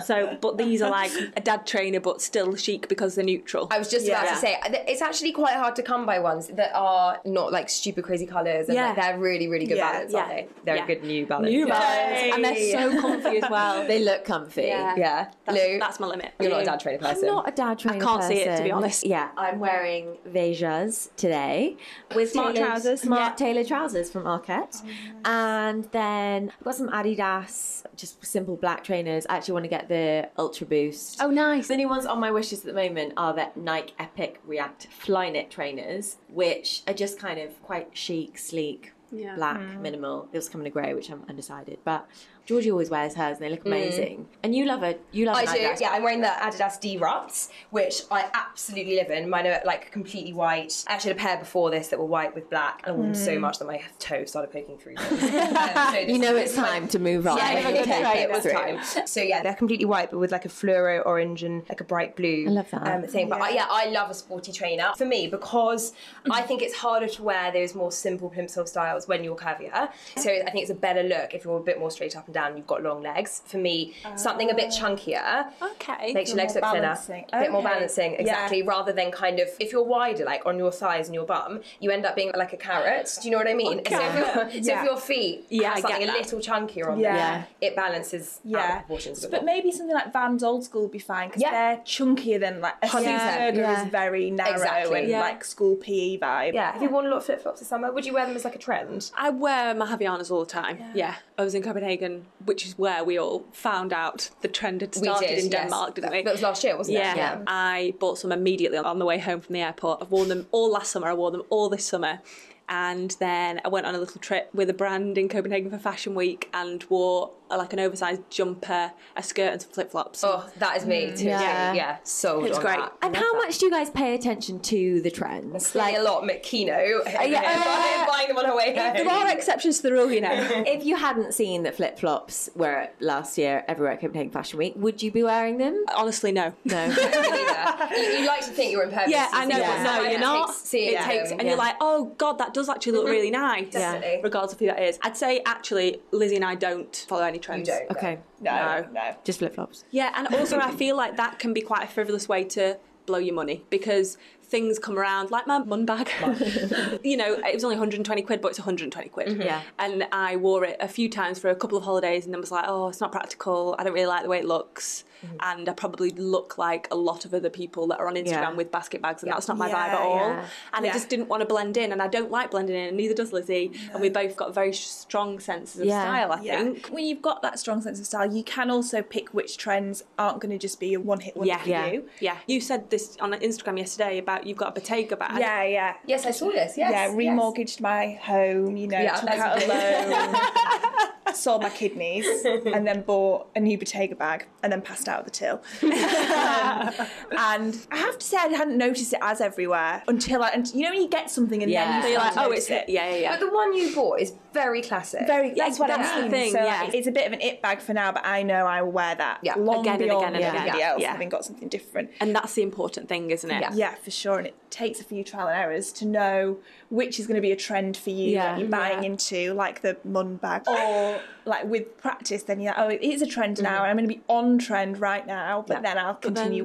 B: so, but these are like a dad trainer, but still chic because they're neutral.
A: I was just about
C: Yeah.
A: to say uh, th- it's actually quite hard to come by ones that are not like stupid crazy colours and
B: Yeah.
A: like, they're really really good
C: Yeah,
A: balance, aren't
B: yeah,
A: they? They're
B: yeah.
A: a good new balance.
B: New Balance, and they're so comfy as well.
D: They look comfy.
B: Yeah.
A: Yeah,
B: That's,
A: Lou,
B: that's my limit.
A: you're not a dad trainer person.
D: I'm not a dad trainer.
B: can't see it, to be
D: person.
B: honest.
D: Yeah, I'm wearing Vejas today with
B: Smart
D: tailored-
B: trousers.
D: smart
B: Yeah. Oh,
D: tailored trousers from Arquette, and then I've got some Adidas, just simple black trainers. I actually want to get the Ultra Boost.
B: Oh, nice.
D: The new ones on my wishes at the moment are the Nike Epic React Flyknit trainers, which are just kind of quite chic, sleek.
B: Yeah. Mm.
D: Black, minimal. They also come in a grey, which I'm undecided. But Georgie always wears hers, and they
B: Mm.
D: look amazing. And you love it. You love.
A: I
D: an
A: do.
D: Adidas
A: Yeah, I'm wearing the Adidas D Ruts, which I absolutely live in. Mine are like completely white. I actually had a pair before this that were white with black, and I wore them so much that my toe started poking through. Them. Um, so
D: Hmm. You
A: this-
D: know it's time to move on.
A: Yeah,
D: Like,
A: I
D: you
A: know,
D: take
A: right, it
D: it
A: was
D: through.
A: time. So yeah, they're completely white, but with like a fluoro orange and like a bright blue.
D: I love that.
A: Um, thing. But I, yeah, I love a sporty trainer for me because I think it's harder to wear those more simple plimsoll styles when you're curvier. So I think it's a better look if you're a bit more straight up and down, you've got long legs. For me, something a bit chunkier
B: Okay.
A: makes your
C: Bit
A: legs look
C: more
A: thinner,
C: balancing.
A: a bit more
C: Okay.
A: balancing,
C: Yeah.
A: exactly. Rather than kind of if you're wider, like on your thighs and your bum, you end up being like a carrot. Do you know what I mean? So, if, your- so
C: Yeah.
A: if your feet
B: Yeah,
A: have
B: I get
A: something a
B: that.
A: little chunkier on
C: Yeah.
D: Yeah.
A: them, it balances out of
C: Yeah,
A: proportions. a bit
C: but
A: more.
C: maybe something like Van's old school would be fine because
A: Yeah.
C: they're chunkier than like a
A: Hundred
C: yeah.
A: percent.
C: burger
D: Yeah.
C: is very narrow
A: Exactly.
C: and
B: Yeah.
C: like school PE vibe.
A: yeah, have you worn a lot of flip flops this summer? Would you wear them as like a trend?
B: I wear my Havianas all the time. Yeah. I was in Copenhagen, which is where we all found out the trend had started in Denmark, didn't we?
A: That was last year, wasn't
B: yeah.
A: it?
D: Yeah.
B: I bought some immediately on the way home from the airport. I've worn them all last summer. I wore them all this summer. And then I went on a little trip with a brand in Copenhagen for Fashion Week and wore uh, like an oversized jumper, a skirt, and some flip flops.
A: Oh, that is me too. Yeah, yeah,
D: Yeah.
A: so
B: It's great.
D: And how much do you guys pay attention to the trends?
A: Like a lot, Kino. Yeah,
D: yeah.
A: buying them on her way home.
B: There are exceptions to the rule, you know.
D: if you hadn't seen that flip flops were last year everywhere at Copenhagen Fashion Week, would you be wearing them?
B: Honestly, no.
D: No.
A: you, you like to think you're in purpose.
B: Yeah, I know,
D: Yeah.
B: but no,
D: Sometimes
B: you're not.
A: Seeing
B: it takes,
A: them.
B: and you're like, oh god, that does actually look really nice.
A: Mm-hmm. Definitely.
B: Regardless of who that is, I'd say actually, Lizzie and I don't follow any trends.
A: don't.
D: okay.
C: No, no.
D: Just flip flops.
B: Yeah, and also I feel like that can be quite a frivolous way to blow your money because things come around like my mun bag. you know, it was only 120 quid, but it's 120 quid.
D: Mm-hmm. Yeah.
B: And I wore it a few times for a couple of holidays and then was like, oh, it's not practical. I don't really like the way it looks. And I probably look like a lot of other people that are on Instagram
D: Mm-hmm. Yeah.
B: with basket bags, and that's not my
C: Yeah,
B: vibe at all.
D: yeah.
B: And I
C: Yeah.
B: just didn't want to blend in, and I don't like blending in, and neither does Lizzie. And we both got very strong senses of
D: Yeah.
B: style, I
C: Yeah.
B: think.
C: When you've got that strong sense of style, you can also pick which trends aren't going to just be a one hit wonder
B: Yeah,
C: for
B: yeah,
C: you.
B: yeah. You said this on Instagram yesterday about you've got a Bottega bag.
C: Yeah, yeah.
A: Yes, I saw this. Yes.
C: yeah,
A: yes.
C: remortgaged my home, you know,
A: Yeah,
C: took
A: that's
C: out a
A: good.
C: loan, sold my kidneys, and then bought a new Bottega bag, and then passed out of the till. Um, and I have to say, I hadn't noticed it as everywhere until I, and you know, when you get something and
D: Yeah.
C: then
D: So
C: you
B: You're
C: start
B: like,
C: to
B: oh,
C: notice
B: it's it. Yeah, yeah, yeah.
A: But the one you bought is very classic.
C: Very, that's what
B: that's
C: I
B: the
C: mean.
B: thing,
C: so
B: yeah.
C: like, it's a bit of an it bag for now, but I know I will wear that
A: Yeah,
C: long
B: again and
C: beyond
B: again and
C: anybody
B: again, yeah,
C: else
B: yeah.
C: having got something different.
B: and that's the important thing, isn't it?
A: Yeah.
C: Yeah, for sure. And it takes a few trial and errors to know which is going to be a trend for you
D: Yeah.
C: that you're buying into, like the mun bag, or like with practice, then you're like, oh, it is a trend now, and I'm going to be on trend right now, but
B: Yeah.
C: then I'll continue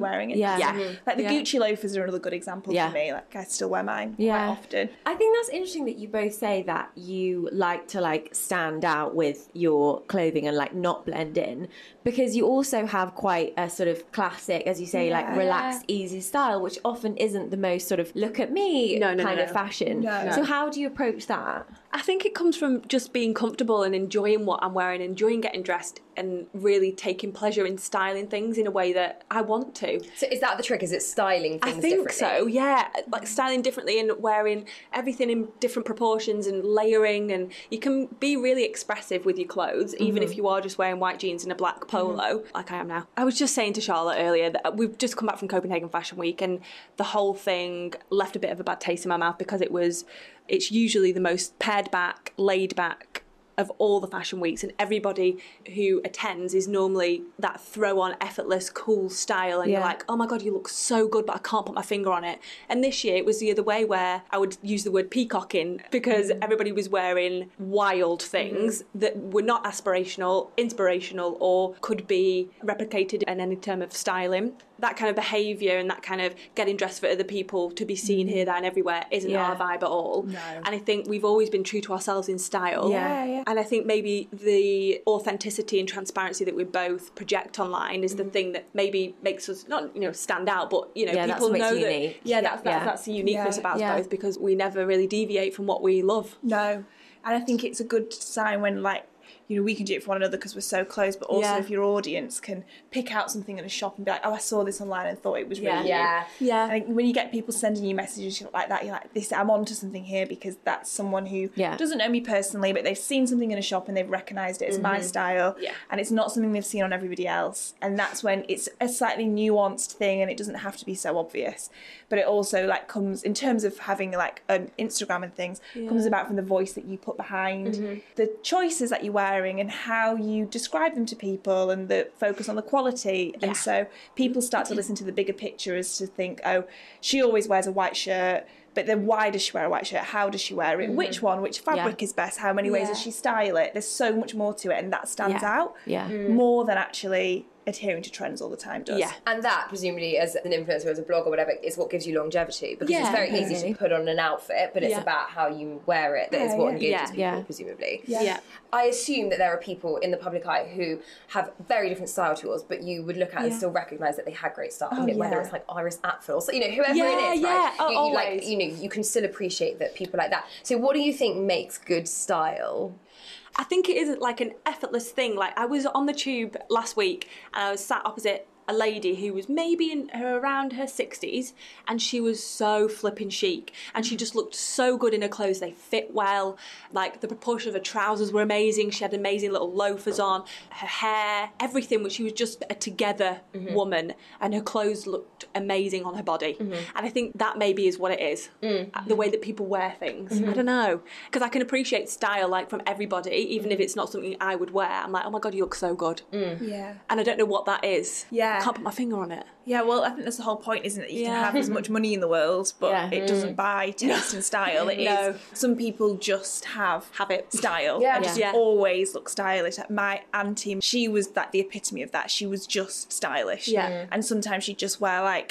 B: then-
C: wearing it.
D: Yeah.
B: Yeah.
C: Like the
B: Yeah.
C: Gucci loafers are another good example
D: Yeah.
C: for me. Like I still wear mine
D: Yeah.
C: quite often.
D: I think that's interesting that you both say that you like to like stand out with your clothing and like not blend in because you also have quite a sort of classic, as you say, like
C: Yeah.
D: relaxed, easy style, which often isn't the most sort of look at me
B: No, no,
D: kind
B: no,
D: of
B: no.
D: fashion.
C: No.
D: So how do you approach that?
B: I think it comes from just being comfortable and enjoying what I'm wearing, enjoying getting dressed, and really taking pleasure in styling things in a way that I want to.
A: So is that the trick? Is it styling
B: I
A: things
B: think so,
A: differently?
B: yeah. Like styling differently and wearing everything in different proportions and layering, and you can be really expressive with your clothes, even
A: Mm-hmm.
B: if you are just wearing white jeans and a black polo, like I am now. I was just saying to Charlotte earlier that we've just come back from Copenhagen Fashion Week, and the whole thing left a bit of a bad taste in my mouth because it was, it's usually the most pared back, laid back of all the fashion weeks and everybody who attends is normally that throw on effortless cool style and you're
D: Yeah.
B: like oh my god you look so good but i can't put my finger on it and this year it was the other way where i would use the word peacocking because
D: Mm.
B: everybody was wearing wild things that were not aspirational inspirational or could be replicated in any term of styling that kind of behaviour and that kind of getting dressed for other people to be seen here there and everywhere isn't
D: Mm. Yeah.
B: our vibe at all no. and i think we've always been true to ourselves in style
D: Yeah,
C: yeah.
B: and I think maybe the authenticity and transparency that we both project online is the thing that maybe makes us not you know stand out, but you know
D: Mm. Yeah, that's
B: people
D: what makes
B: know
D: it
B: that
D: unique.
B: yeah, that's that's,
D: Yeah.
B: that's the uniqueness
C: Yeah.
B: about us
D: Yeah.
B: both because we never really deviate from what we love.
C: No, and I think it's a good sign when like you know we can do it for one another because we're so close, but also
B: Yeah.
C: if your audience can pick out something in a shop and be like, oh, I saw this online and thought it was really
D: Yeah.
C: you.
A: Yeah.
B: Yeah.
C: I think when you get people sending you messages like that, you're like, this I'm onto something here because that's someone who
D: Yeah.
C: doesn't know me personally, but they've seen something in a shop and they've recognised it as my style,
B: Mm-hmm. Yeah.
C: and it's not something they've seen on everybody else, and that's when it's a slightly nuanced thing and it doesn't have to be so obvious, but it also like comes in terms of having like an Instagram and things comes about from the voice that you put behind
B: Mm-hmm.
C: the choices that you're wearing and how you describe them to people and the focus on the quality,
B: Yeah.
C: and so people start to listen to the bigger picture as to think, oh, she always wears a white shirt. But then why does she wear a white shirt? How does she wear it?
B: Mm-hmm.
C: Which one? Which fabric
D: Yeah.
C: is best? How many ways does
B: Yeah.
C: she style it? There's so much more to it, and that stands
B: Yeah.
C: out
D: Yeah.
C: more than actually adhering to trends all the time does.
B: Yeah.
A: And that, presumably, as an influencer, as a blog or whatever, is what gives you longevity because it's
B: Yeah,
A: very easy to put on an outfit, but it's
B: Yeah.
A: about how you wear it that is
C: Yeah,
A: what
C: yeah.
A: engages
B: Yeah,
A: people,
D: yeah.
A: presumably.
B: Yeah.
A: I assume that there are people in the public eye who have very different style to yours, but you would look at and still recognise that they had great style. you know, Whether
C: yeah.
A: it's like Iris Apfel, so, you know, whoever
B: Oh, Yeah,
A: it is, right?
B: yeah, oh,
A: you, you like,
B: always.
A: you know, you can still appreciate that people like that. So, what do you think makes good style?
B: I think it is like an effortless thing. Like I was on the tube last week and I was sat opposite a lady who was maybe in her around her 60s and she was so flipping chic and she just looked so good in her clothes they fit well like the proportion of her trousers were amazing she had amazing little loafers on her hair everything was she was just a together woman and her clothes looked amazing on her body and i think that maybe is what it is, uh, the way that people wear things i don't know because i can appreciate style like from everybody even if it's not something i would wear i'm like oh my god you look so good
C: Yeah.
B: and i don't know what that is
C: Yeah.
B: i can't put my finger on it
C: Yeah, well, I think that's the whole point, isn't it? You can
B: Yeah. Mm.
C: have as much money in the world, but
D: Yeah.
C: it doesn't buy taste and style. It is
B: No.
C: some people just have
B: Have it.
C: style.
A: Yeah.
C: and just
B: Yeah.
C: always look stylish. Like my auntie, she was that the epitome of that. She was just stylish.
B: Yeah. Mm.
C: and sometimes she'd just wear like.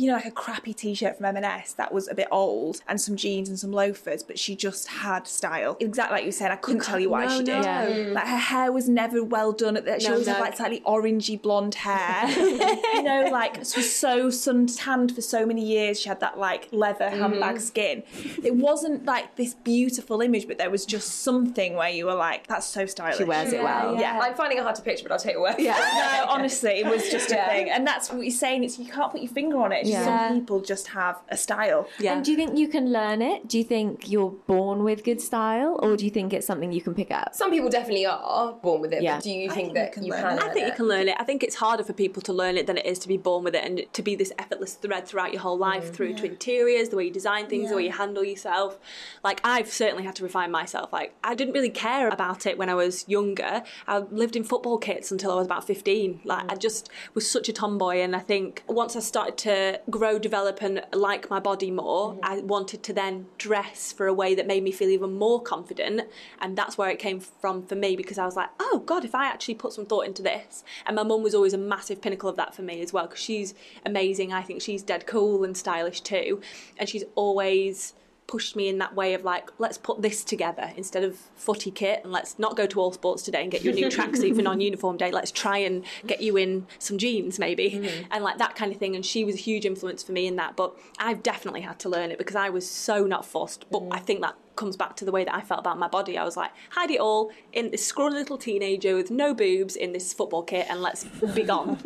C: You know, like a crappy T-shirt from M&S that was a bit old, and some jeans and some loafers, but she just had style. Exactly like you said, I couldn't tell you why
B: no,
C: she did.
B: no.
D: Yeah.
C: Like her hair was never well done. At the, she
B: No,
C: always had
B: no.
C: like slightly orangey blonde hair. you know, like was so sun tanned for so many years. She had that like leather handbag skin. It wasn't like this beautiful image, but there was just something where you were like, "That's so stylish."
D: She wears it well.
C: Yeah.
A: I'm finding it hard to picture, but I'll take your word. for it.
C: No, honestly, it was just
A: Yeah.
C: a thing, and that's what you're saying. It's you can't put your finger on it. It's just
D: Yeah.
C: Some people just have a style.
B: yeah
D: And do you think you can learn it? Do you think you're born with good style, or do you think it's something you can pick up?
A: Some people definitely are born with it,
D: Yeah.
A: but do you
C: I
A: think
C: think
A: that
C: you can
A: you
C: learn
A: can?
C: it.
A: learn
B: I think
A: it?
B: you can learn it. I think it's harder for people to learn it than it is to be born with it and to be this effortless thread throughout your whole life through to interiors, the way you design things, the way you handle yourself. Like I've certainly had to refine myself. Like I didn't really care about it when I was younger. I lived in football kits until I was about 15. Like I just was such a tomboy and I think once I started to grow, develop and like my body more, I wanted to then dress for a way that made me feel even more confident and that's where it came from for me because I was like, oh god, if I actually put some thought into this. And my mum was always a massive pinnacle of that for me as well because she's amazing. I think she's dead cool and stylish too, and she's always pushed me in that way of like, let's put this together instead of footy kit and let's not go to all sports today and get you a new tracksuit for non-uniform day. Let's try and get you in some jeans maybe
A: Mm-hmm.
B: and like that kind of thing. And she was a huge influence for me in that. But I've definitely had to learn it because I was so not forced. But
A: Mm-hmm.
B: I think that comes back to the way that I felt about my body. I was like, hide it all in this scrawny little teenager with no boobs in this football kit and let's be gone.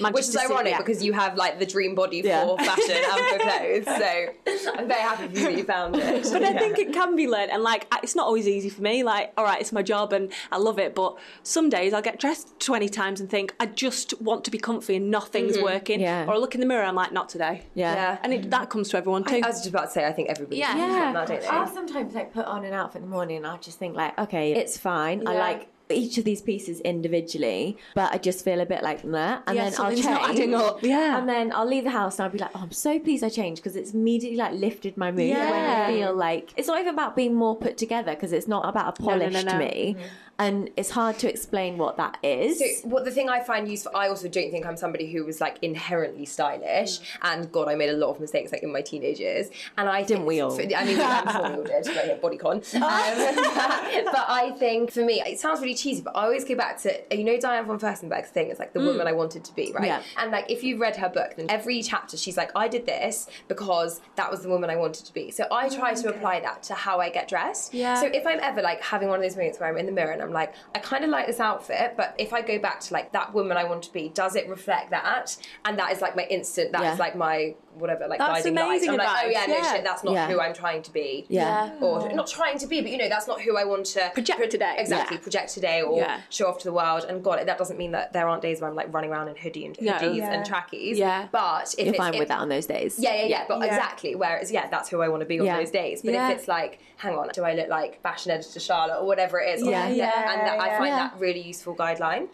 A: Which is ironic because you have like the dream body for
D: Yeah.
A: fashion and for clothes. So I'm very happy for you that you found it.
B: but I think it can be learned, and like I- it's not always easy for me. Like, all right, it's my job, and I love it, but some days I'll get dressed twenty times and think I just want to be comfy and nothing's working.
D: Yeah.
B: Or I look in the mirror, I'm like, not today.
D: Yeah.
B: And it, that comes to everyone too.
A: I was just about to say, I think everybody.
B: Yeah.
A: thinks
D: Yeah.
A: like that, don't they?
D: I'll sometimes like put on an outfit in the morning and I'll just think like, okay, it's fine. I
A: Yeah.
D: like each of these pieces individually, but I just feel a bit like nah. And
B: Yeah,
D: then I'll change.
B: something's not adding up. Yeah.
D: And then I'll leave the house and I'll be like, oh, I'm so pleased I changed because it's immediately like lifted my mood. When I
B: Yeah.
D: feel like it's not even about being more put together because it's not about a
B: no, no,
D: polished
B: no.
D: me. And it's hard to explain what that is.
A: Mm. So, what the thing I find useful, I also don't think I'm somebody who was like inherently stylish.
D: Mm.
A: And God, I made a lot of mistakes like in my teenage years. And I didn't
D: we all?
A: I mean, I'm sure we all did. Right here, bodycon. Um, but I think for me, it sounds really cheesy, but I always go back to you know Diane von Furstenberg's thing. It's like the woman I wanted to be, right?
D: Mm. Yeah.
A: And like if you've read her book, then every chapter she's like, I did this because that was the woman I wanted to be. So I try to apply that to how I get dressed.
B: Yeah.
A: So if I'm ever like having one of those moments where I'm in the mirror and I'm like, I kind of like this outfit, but if I go back to like that woman I want to be, does it reflect that? And that is like my instant. That is
D: Yeah.
A: like my whatever, like
B: That's
A: guiding light.
B: amazing
A: I'm like, oh
B: advice,
A: yeah, no
B: yeah.
A: shit, that's not
D: Yeah.
A: who I'm trying to be.
D: Yeah.
A: Or not trying to be, but you know, that's not who I want to
B: Project today.
A: Exactly,
D: Yeah.
A: project today or
B: Yeah.
A: show off to the world. And God, that doesn't mean that there aren't days where I'm like running around in hoodie and
B: No.
A: hoodies and trackies.
B: Yeah.
A: But if
D: You're
A: it's,
D: fine
A: if-
D: with that on those days.
A: yeah, yeah, yeah. But
C: Yeah.
A: exactly. Whereas, yeah, that's who I want to be on
D: Yeah.
A: those days. But
B: Yeah.
A: if it's like, hang on, do I look like fashion editor Charlotte or whatever it is?
D: Yeah.
A: and
C: Yeah,
A: that, I find
D: yeah.
A: that really useful guideline.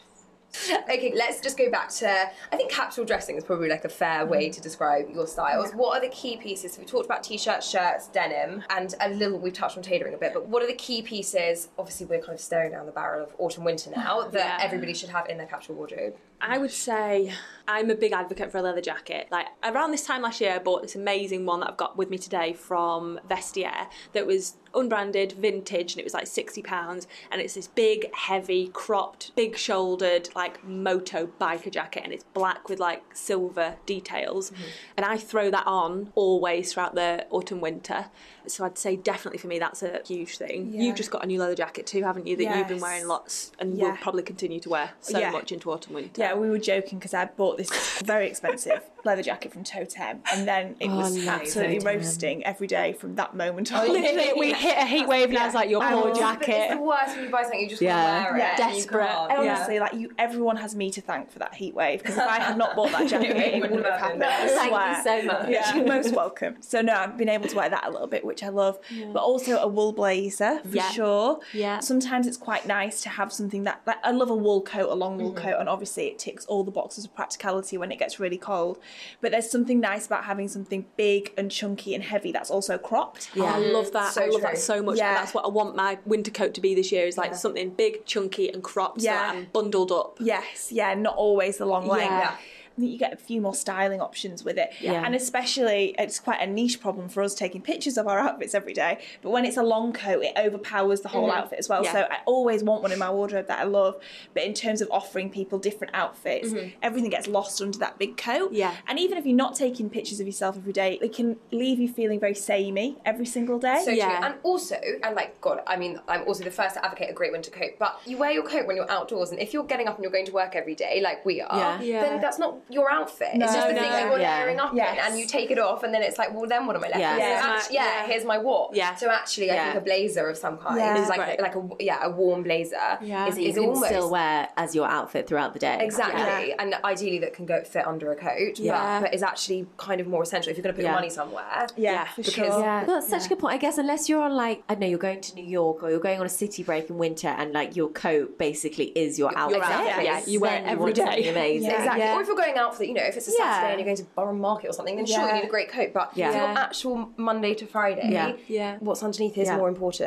A: Okay, let's just go back to. I think capsule dressing is probably like a fair way to describe your styles. What are the key pieces? We talked about t-shirts, shirts, denim, and a little. We've touched on tailoring a bit, but what are the key pieces? Obviously, we're kind of staring down the barrel of autumn winter now that
B: Yeah.
A: everybody should have in their capsule wardrobe.
B: I would say I'm a big advocate for a leather jacket. Like around this time last year, I bought this amazing one that I've got with me today from Vestiaire that was unbranded, vintage, and it was like sixty pounds. And it's this big, heavy, cropped, big shouldered, like moto biker jacket, and it's black with like silver details.
C: Mm-hmm.
B: And I throw that on always throughout the autumn winter. So I'd say definitely for me that's a huge thing.
C: Yeah.
B: You've just got a new leather jacket too, haven't you? That you've been
C: Yes.
B: wearing lots and will
C: Yeah.
B: probably continue to wear so
C: Yeah.
B: much into autumn winter.
C: Yeah, we were joking because I bought this very expensive leather jacket from Totem, and then
D: Oh,
C: it was absolutely roasting every day from that moment on.
E: Literally, we hit a heat wave, and I was like, "Your poor
A: It's
E: jacket."
A: the worst when you buy something you just
D: Yeah.
A: want to wear it.
C: Yeah.
A: and you
B: Desperate.
A: can't.
C: And
B: Yeah.
C: honestly, like you, everyone has me to thank for that heat wave because if I had not bought that jacket, it wouldn't have happened. I swear.
D: Thank you so much.
C: Yeah, you're most welcome. So no, I've been able to wear that a little bit, which I love. But also a wool blazer for
B: Yeah.
C: sure.
B: Yeah.
C: Sometimes it's quite nice to have something that like I love a wool coat, a long wool coat, and obviously it ticks all the boxes of practicality when it gets really cold. But there's something nice about having something big and chunky and heavy that's also cropped.
B: I
E: Mm,
B: love that.
A: so
B: I love
A: true.
B: that so much.
C: Yeah.
B: That's what I want my winter coat to be this year. Is like something big, chunky, and cropped. so
C: Yeah.
B: that I'm bundled up.
C: Yes, yeah, not always the long length.
B: Yeah.
C: I think you get a few more styling options with it.
D: Yeah.
C: And especially, it's quite a niche problem for us taking pictures of our outfits every day. But when it's a long coat, it overpowers the whole outfit as well.
B: Yeah.
C: So I always want one in my wardrobe that I love. But in terms of offering people different outfits, everything gets lost under that big coat.
B: Yeah.
C: And even if you're not taking pictures of yourself every day, it can leave you feeling very samey every single day.
A: So
B: Yeah.
A: true. And also, and like, God, I mean, I'm also the first to advocate a great winter coat, but you wear your coat when you're outdoors, and if you're getting up and you're going to work every day, like we are,
D: Yeah.
B: Yeah.
A: then that's not your outfit. it's just the
B: No,
A: thing
B: no.
A: that you're
D: Yeah.
A: layering up in,
C: Yes.
A: and you take it off, and then it's like, well, then what am I left
D: Yeah.
A: with? So
C: Yeah.
A: act- yeah,
B: Yeah.
A: here's my warp.
B: Yeah.
A: So actually, I
D: Yeah.
A: think a blazer of some kind
C: Yeah.
A: is like,
B: Right.
A: like a, yeah, a warm blazer
B: Yeah.
A: is,
B: That
D: You
A: is
D: can
A: almost.
D: still wear as your outfit throughout the day.
A: Exactly, and ideally that can go fit under a coat,
B: Yeah.
A: but, but is actually kind of more essential if you're going to put your
D: Yeah.
A: money somewhere.
C: yeah,
B: Yeah,
C: for
A: because-
C: sure.
D: Yeah, well, that's such a good point. I guess unless you're on like I don't know you're going to New York or you're going on a city break in winter, and like your coat basically is your outfit.
A: outfit,
D: yeah,
A: yeah.
D: you wear it every day. Amazing.
C: Yeah.
A: Exactly. Or if you're going out for, the, you know, if it's a
D: Yeah.
A: Saturday and you're going to Borough Market or something, then sure you
C: Yeah.
A: need a great coat. But
D: Yeah.
A: for your actual Monday to Friday,
D: Yeah.
B: Yeah.
A: what's underneath is
D: Yeah.
A: more important.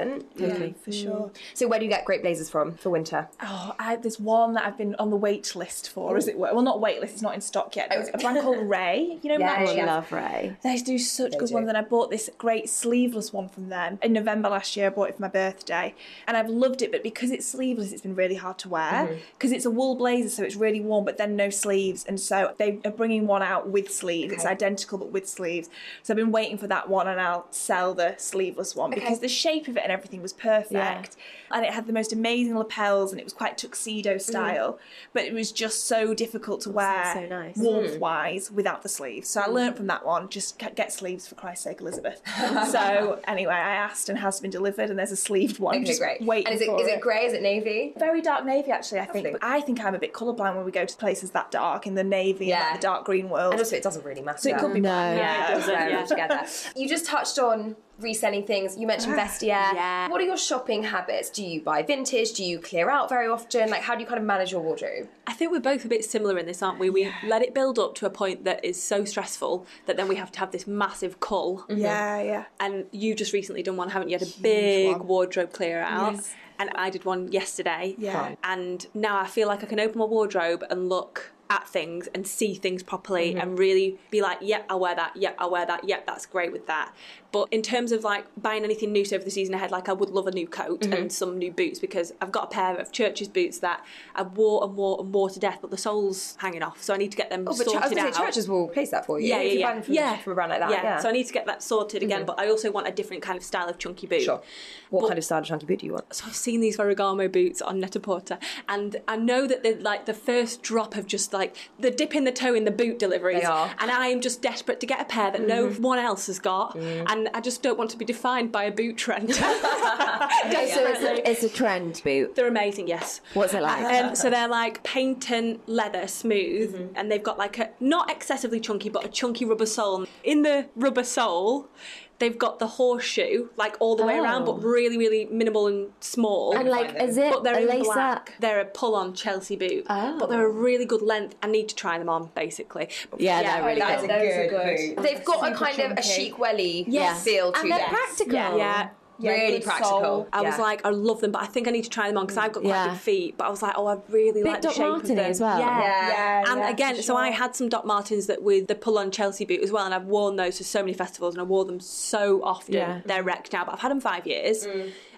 C: for sure.
A: So where do you get great blazers from for winter?
C: Oh, I, there's one that I've been on the wait list for, as it were. Well, not wait list, it's not in stock yet. But a brand called Ray. You know,
A: Yeah,
C: Match.
D: I
A: yeah.
D: love Ray.
C: They do such good
A: do.
C: ones, and I bought this great sleeveless one from them in November last year. I bought it for my birthday, and I've loved it. But because it's sleeveless, it's been really hard to wear because it's a wool blazer, so it's really warm, but then no sleeves. And so they are bringing one out with sleeves. It's identical but with sleeves. So I've been waiting for that one, and I'll sell the sleeveless one because the shape of it and everything was perfect, and it had the most amazing lapels, and it was quite tuxedo style, but it was just so difficult to wear
D: so nice.
A: Hmm.
C: warmth wise without the sleeves. So I learned from that one just get- get sleeves for Christ's sake, Elizabeth. so anyway, I asked and has been delivered, and there's a sleeved one.
A: Okay,
C: just
A: great.
C: Waiting
A: and is it
C: for
A: is it grey? Is it navy?
C: Very dark navy, actually. I think.
A: Lovely.
C: But I think I'm a bit colourblind when we go to places that dark in the navy, and
A: Yeah.
C: like the dark green world.
A: And also, it doesn't really matter.
C: so it could be black,
A: Yeah,
C: yeah.
A: just wear them together. You just touched on reselling things. You mentioned Vestiaire.
B: Yeah.
A: What are your shopping habits? Do you buy vintage? Do you clear out very often? Like, how do you kind of manage your wardrobe?
B: I think we're both a bit similar in this, aren't we? We let it build up to a point that is so stressful that then we have to have this massive cull.
E: Mm-hmm.
C: Yeah, yeah.
B: And you've just recently done one, haven't you? You Had a big
C: one.
B: wardrobe clear out. And I did one yesterday.
C: Yeah. Fun.
B: And now I feel like I can open my wardrobe and look at things and see things properly
A: Mm-hmm.
B: and really be like, yep, I'll wear that. Yep, I'll wear that. Yep, that's great with that. But in terms of like buying anything new so over the season ahead, like I would love a new coat
A: Mm-hmm.
B: and some new boots because I've got a pair of Church's boots that I wore and wore and wore to death, but the sole's hanging off. So I need to get them
A: Oh, but
B: sorted
A: I was going to
B: out
A: say, churches will place that for you.
B: yeah,
A: if
B: yeah,
A: you
B: yeah.
A: buy them from,
B: yeah.
A: from a brand like that.
B: Yeah.
A: Yeah. Mm-hmm.
B: So I need to get that sorted again, but I also want a different kind of style of chunky boot.
A: Sure. What
B: But-
A: kind of style of chunky boot do you want?
B: So I've seen these Ferragamo boots on Net-a-Porter, and I know that they're like the first drop of just like the dip in the toe in the boot deliveries.
A: They are. Mm-hmm.
B: And I am just desperate to get a pair that no one else has got,
A: Mm.
B: and I just don't want to be defined by a boot trend.
D: So it's
B: Desperately.
D: a, it's a trend boot.
B: They're amazing, yes.
D: What's it like?
B: Um, so they're like paint and leather, smooth,
D: Mm-hmm.
B: and they've got like a not excessively chunky, but a chunky rubber sole. In the rubber sole, they've got the horseshoe like all the way around,
D: Oh.
B: but really, really minimal and small.
A: And like, is it
B: but they're
A: a
B: in
A: lace
B: black.
A: up?
B: They're a pull-on Chelsea boot,
A: Oh.
B: but they're a really good length. I need to try them on, basically.
D: Yeah, they're
B: Oh,
D: really
A: That's
D: cool.
A: a
C: Those are good.
A: good. They've got a kind of a chic welly
D: Yes.
A: feel to
D: And
A: them.
D: they're practical.
B: Yeah,
A: really
C: good
A: practical.
C: sole.
B: I was
A: Yeah.
B: like, I love them, but I think I need to try them on because I've got quite
D: Yeah.
B: big feet. But I was like, oh, I really
D: Bit
B: like the
D: Doc
B: shape
D: Marteny
B: of them
D: as well.
B: Yeah.
A: Yeah.
B: And again, so I had some Doc Martens that with the pull-on Chelsea boot as well, and I've worn those to so many festivals, and I wore them so often.
D: Yeah.
B: They're wrecked now, but I've had them five years,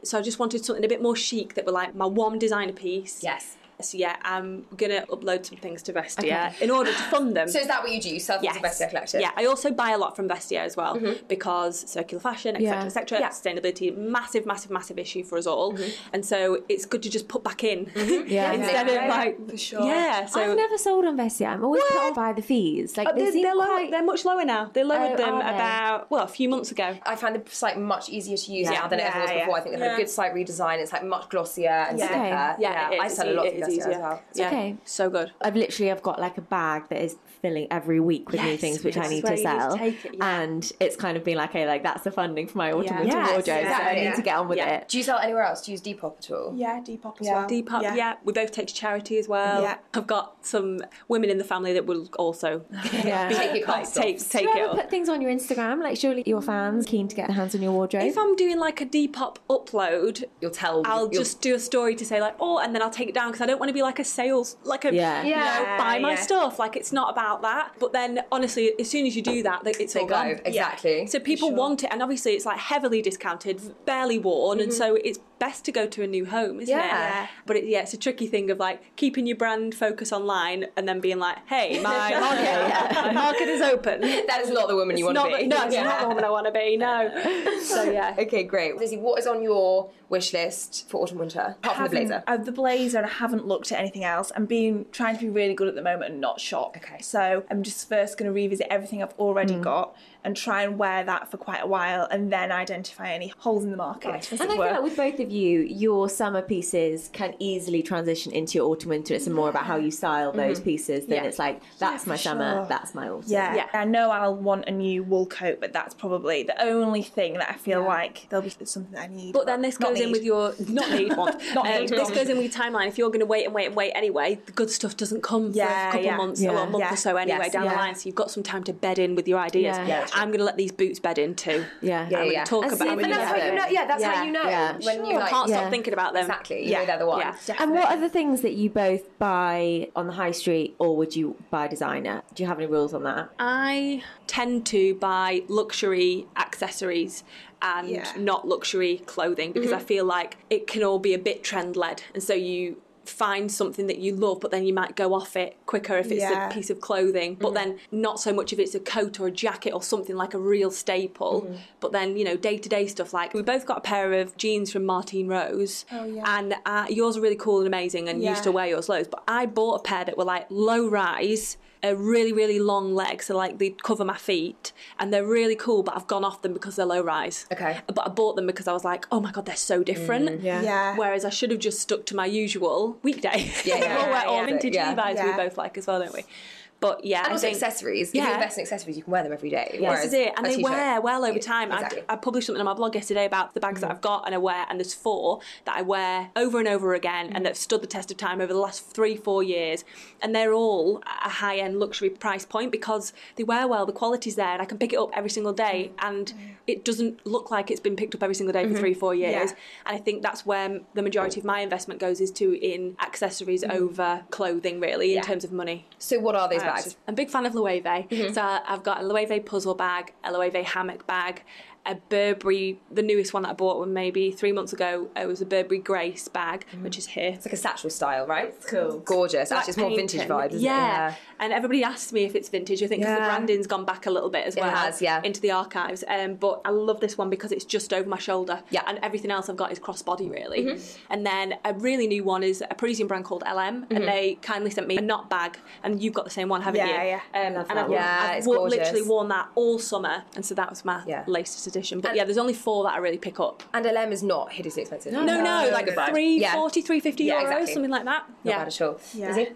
B: so I just wanted something a bit more chic that were like my one designer piece.
A: yes.
B: So yeah, I'm gonna upload some things to Vestia in order to fund them.
A: So is that what you do? You self
B: Yes.
A: yes. best collective.
B: Yeah, I also buy a lot from Vestia as well because circular fashion, etc.,
D: Yeah.
B: etc. Sustainability, massive, massive, massive issue for us all, and so it's good to just put back in
D: Yeah.
B: instead
A: Yeah.
B: of like for sure. Yeah, so
D: I've never sold on Vestia. I'm always put off by the fees. Like
B: Uh,
D: they
B: they're,
D: seem
B: they're, lower-
D: quite.
B: they're much lower now. They lowered
D: Oh,
B: them
D: are they?
B: about well a few months ago.
A: I found the site much easier to use
D: Yeah.
A: now than it ever was
C: Yeah,
A: before.
C: yeah.
A: I think they've had a good site redesign. It's like much glossier and
D: Yeah. e-,
A: slicker.
D: Okay.
A: Yeah,
B: Yeah, it
A: I
B: is- e-,
A: sell a lot
B: it
A: through
B: is
A: Vestia as
B: easier.
A: well.
B: Yeah.
D: Okay.
B: so good.
D: I've literally I've got like a bag that is filling every week with new
B: Yes,
D: things which
B: this
D: I
B: is
D: need
B: where
D: to
B: you need to
D: sell,
B: take it, yeah.
D: and it's kind of been like, hey, like that's the funding for my autumn
B: Yeah.
D: winter
B: Yes,
D: wardrobe, so I
A: exactly.
D: need to get on with
B: Yeah.
D: it.
A: Do you sell anywhere else? Do you use Depop at all?
C: Yeah, Depop as
A: Yeah.
C: well.
B: Depop, yeah. we both take to charity as well.
C: Yeah.
B: I've got some women in the family that will also
D: Yeah.
B: be-
A: Take your costs
B: like, take,
D: Do
B: take
D: you
B: it
D: ever
B: up.
D: put things on your Instagram? Like surely your fans keen to get their hands on your wardrobe.
B: If I'm doing like a Depop upload,
A: You'll tell.
B: I'll
A: you'll,
B: just do a story to say like, oh, and then I'll take it down because I don't want to be like a sales, like a
D: Yeah.
B: you know,
C: Yeah,
B: buy my
C: yeah.
B: stuff. Like it's not about that. But then honestly, as soon as you do that, like, it's
A: They
B: all
A: go,
B: gone.
A: exactly.
B: So people want it, and obviously it's like heavily discounted, barely worn, and so it's best to go to a new home, isn't it?
A: Mm-hmm. Yeah.
B: But it, yeah, it's a tricky thing of like keeping your brand focus online and then being like, hey, my market, my market is open.
A: That is not the woman you want
B: Not
A: to
B: the-
A: be.
B: no, it's
A: Yeah.
B: not the woman I want to be. No. So yeah.
A: Okay, great. Lizzie, what is on your wish list for autumn winter? Apart from the
C: haven't-
A: blazer.
C: uh, the blazer, and I haven't looked at anything else. I'm being trying to be really good at the moment and not shop.
A: Okay.
C: So I'm just first going to revisit everything I've already got and try and wear that for quite a while, and then identify any holes in the market. as
D: And
C: it
D: I feel
C: were.
D: like with both of you, your summer pieces can easily transition into your autumn winter. It's more about how you style those pieces than
B: Yeah.
D: it's like that's my summer,
C: sure.
D: that's my autumn.
C: yeah.
B: Yeah.
C: I know I'll want a new wool coat, but that's probably the only thing that I feel like there'll be something I need.
B: But then this
C: not
B: goes in
C: need.
B: with your not need one.
C: Not
B: Um,
C: need,
B: this
C: not
B: goes in with your timeline. If you're going to wait and wait and wait anyway, the good stuff doesn't come for
C: Yeah,
B: a couple
C: yeah.
B: months,
D: Yeah.
B: well, a month
C: Yeah.
B: or so anyway
A: Yes,
B: down the
C: yeah.
B: line. So you've got some time to bed in with your ideas.
D: Yeah. Yeah,
B: I'm going to let these boots bed in too.
D: Yeah.
B: I'm going to
A: yeah.
B: talk
A: And see,
B: about.
A: but that's
B: them.
A: how you know. Yeah, that's how
B: Yeah.
A: you know
D: Yeah.
A: when you
B: You
A: like,
B: can't
D: Yeah.
B: stop thinking about them.
A: exactly. You
C: Yeah.
A: know they're the one.
B: Yeah.
D: And what are the things that you both buy on the high street or would you buy designer? Do you have any rules on that?
B: I tend to buy luxury accessories and
C: Yeah. Mm-hmm.
B: not luxury clothing because I feel like it can all be a bit trend led. And so you find something that you love, but then you might go off it quicker if it's
C: Yeah. Mm-hmm.
B: a piece of clothing, but then not so much if it's a coat or a jacket or something like a real staple.
C: Mm-hmm.
B: But then, you know, day to day stuff like we both got a pair of jeans from Martine Rose. Oh,
C: yeah.
B: And uh, yours are really cool and amazing and you used
C: Yeah.
B: to wear yours loads. But I bought a pair that were like low rise, a really, really long leg, so like they cover my feet, and they're really cool, but I've gone off them because they're low rise.
A: Okay. Mm,
B: But I bought them because I was like, oh my god, they're so different.
D: yeah.
C: Yeah.
B: Whereas I should have just stuck to my usual weekday.
A: Yeah, yeah,
B: we'll wear
A: yeah,
B: all
A: yeah.
B: vintage
A: Yeah.
B: Levi's we
C: Yeah.
B: both like as well, don't we? But yeah,
A: And
B: I
A: also
B: think
A: accessories. If
B: Yeah.
A: you invest in accessories, you can wear them every day.
B: This is it, and
A: a
B: they
A: t-shirt-
B: wear well over time.
A: exactly. Mm.
B: I, I published something on my blog yesterday about the bags that I've got and I wear, and there's four that I wear over and over again,
A: Mm.
B: and that have stood the test of time over the last three, four years, and they're all at a high-end luxury price point because they wear well, the quality's there, and I can pick it up every single day, and it doesn't look like it's been picked up every single day for
A: Mm-hmm.
B: three, four years. And I think that's where the majority of my investment goes is to in accessories
A: Mm.
B: over clothing, really, in terms of money.
A: So what are those bags?
B: I'm a big fan of Loewe. So I've got a Loewe puzzle bag, a Loewe hammock bag, a Burberry, the newest one that I bought was maybe three months ago. It was a Burberry Grace bag, which is here.
A: It's like a satchel style, right? cool. Gorgeous. Actually, it's more vintage
B: Painting.
A: vibe, isn't
B: yeah.
A: it?
B: And everybody asks me if it's vintage. I think 'cause the
A: Yeah.
B: branding's gone back a little bit as well.
A: has, yeah.
B: Into the archives. Um, but I love this one because it's just over my shoulder.
A: Yeah. Mm-hmm.
B: And everything else I've got is crossbody really. And then a really new one is a Parisian brand called LM, and they kindly sent me a knot bag. And you've got the same one, haven't
C: Yeah,
B: you?
C: yeah.
B: Um,
D: love
B: and
D: that
B: I've,
D: one.
A: Yeah,
B: I've
A: it's
B: wo-
A: gorgeous.
B: literally worn that all summer, and so that was my
A: Yeah.
B: latest edition. But yeah, there's only four that I really pick up.
A: And LM is not hideously expensive.
B: No, no, like
A: Good vibe.
B: three
A: Yeah.
B: forty, three fifty
A: Yeah,
B: euros,
A: exactly.
B: something like
A: Not
B: that. yeah,
A: bad at all.
C: Yeah.
A: Lizzie?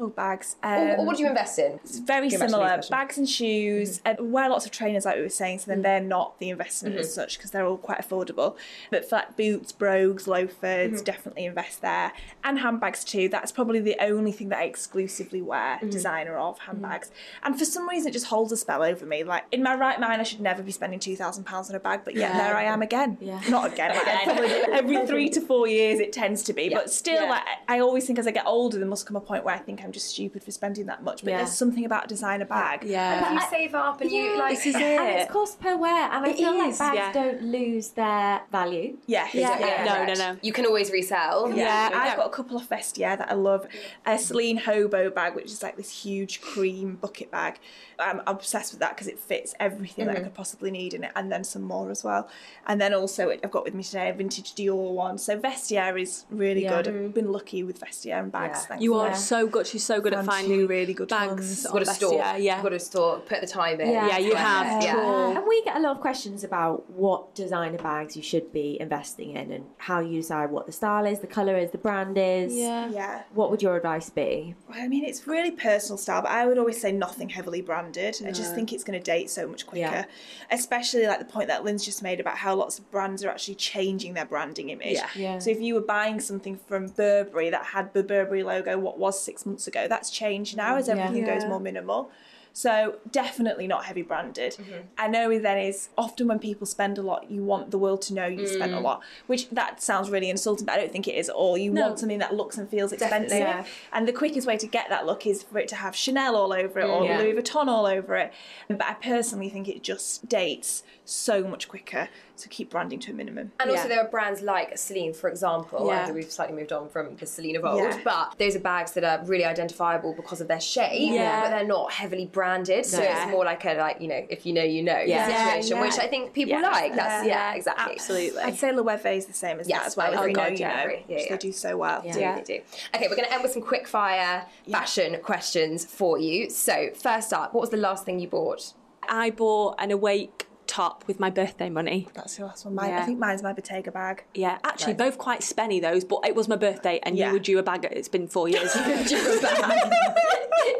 C: oh bags.
A: Or- or
C: um,
A: what do you invest in?
C: it's very
A: Go back to
C: similar.
A: these questions.
C: Bags and shoes, and wear lots of trainers, like we were saying, so then they're not the investment as such because they're all quite affordable. But for like boots, brogues, loafers, definitely invest there. And handbags too. That's probably the only thing that I exclusively wear, designer of handbags. And for some reason, it just holds a spell over me. Like in my right mind, I should never be spending two thousand pounds on a bag, but yet
B: Yeah.
C: there I am again.
D: Yeah.
C: Not again. Like, probably every three to four years, it tends to be. But still,
B: Yeah.
C: like, I always think as I get older, there must come a point where I think I'm just stupid for spending that much. But
D: Yeah.
C: there's something about a designer bag.
B: Yeah.
A: you save up and you like.
B: This is
D: And
B: it.
D: it's cost per wear, and I
A: It
D: feel
A: is,
D: like bags
B: yeah.
D: don't lose their value.
C: Yeah.
B: Yeah.
A: Yeah,
B: No,
A: correct.
B: no, no.
A: You can always resell.
B: Yeah.
C: Yeah, I've got a couple of Vestiaire that I love. A Celine Hobo bag, which is like this huge cream bucket bag. I'm obsessed with that because it fits everything
B: Mm-hmm.
C: that I could possibly need in it, and then some more as well. And then also, it- I've got with me today a vintage Dior one. So Vestiaire is really
D: Yeah.
C: good. I've been lucky with Vestiaire and bags.
A: Yeah.
C: Yeah.
B: Mm. You are
D: Yeah.
B: so good. She's so good at
C: Found
B: finding
C: two really good
B: bags.
C: ones.
B: on
A: Got to
B: Best-
A: store.
B: Yeah, yeah.
A: Got to store. Put the time in.
D: Yeah. Yeah,
B: you have.
A: Yeah.
B: Cool.
D: Uh, And we get a lot of questions about what designer bags you should be investing in and how you decide what the style is, the colour is, the brand is.
B: yeah.
C: Yeah.
D: What would your advice be?
C: Well, I mean, it's really personal style, but I would always say nothing heavily branded. I just think it's going to date so much quicker,
D: Yeah.
C: especially like the point that Lynn's just made about how lots of brands are actually changing their branding image.
B: Yeah.
D: Yeah.
C: So if you were buying something from Burberry that had the Burberry logo, what was six months ago, that's changed now as everything
B: Yeah.
C: goes more minimal. So definitely not heavy branded.
B: Mm-hmm.
C: I know then is often when people spend a lot, you want the world to know you spent a
B: Mm.
C: lot, which that sounds really insulting, but I don't think it is at all. You want something that looks and feels expensive.
A: Yeah.
C: And the quickest way to get that look is for it to have Chanel all over it or
A: Yeah.
C: Louis Vuitton all over it. But I personally think it just dates so much quicker. So keep branding to a minimum.
A: And also,
B: Yeah.
A: there are brands like Celine, for example.
B: Yeah.
A: I know we've slightly moved on from the Celine of old,
C: Yeah.
A: but those are bags that are really identifiable because of their shape,
B: Yeah.
A: but they're not heavily branded. So
B: Yeah.
A: it's more like a like you know, if you know, you know
B: Yeah,
A: situation,
B: yeah.
A: which I think people
C: Yeah.
A: like. That's yeah,
B: Yeah,
A: exactly.
B: Absolutely.
C: I'd say Loewe is the same as
A: Yes,
C: that as well.
A: I
C: If
A: agree.
C: you know,
A: Oh,
C: you
A: yeah, I
C: know,
A: agree. Yeah,
C: which
A: yeah.
C: they do so well.
A: Yeah, they do. Okay, we're going to end with some quick fire fashion questions for you. So, first up, what was the last thing you bought?
B: I bought an awake top with my birthday money.
C: That's the last one. Mine,
B: Yeah.
C: I think mine's my Bottega bag.
B: Yeah, actually, both quite spenny those, but it was my birthday, and
C: Yeah.
B: you were due a bag. It's been four years.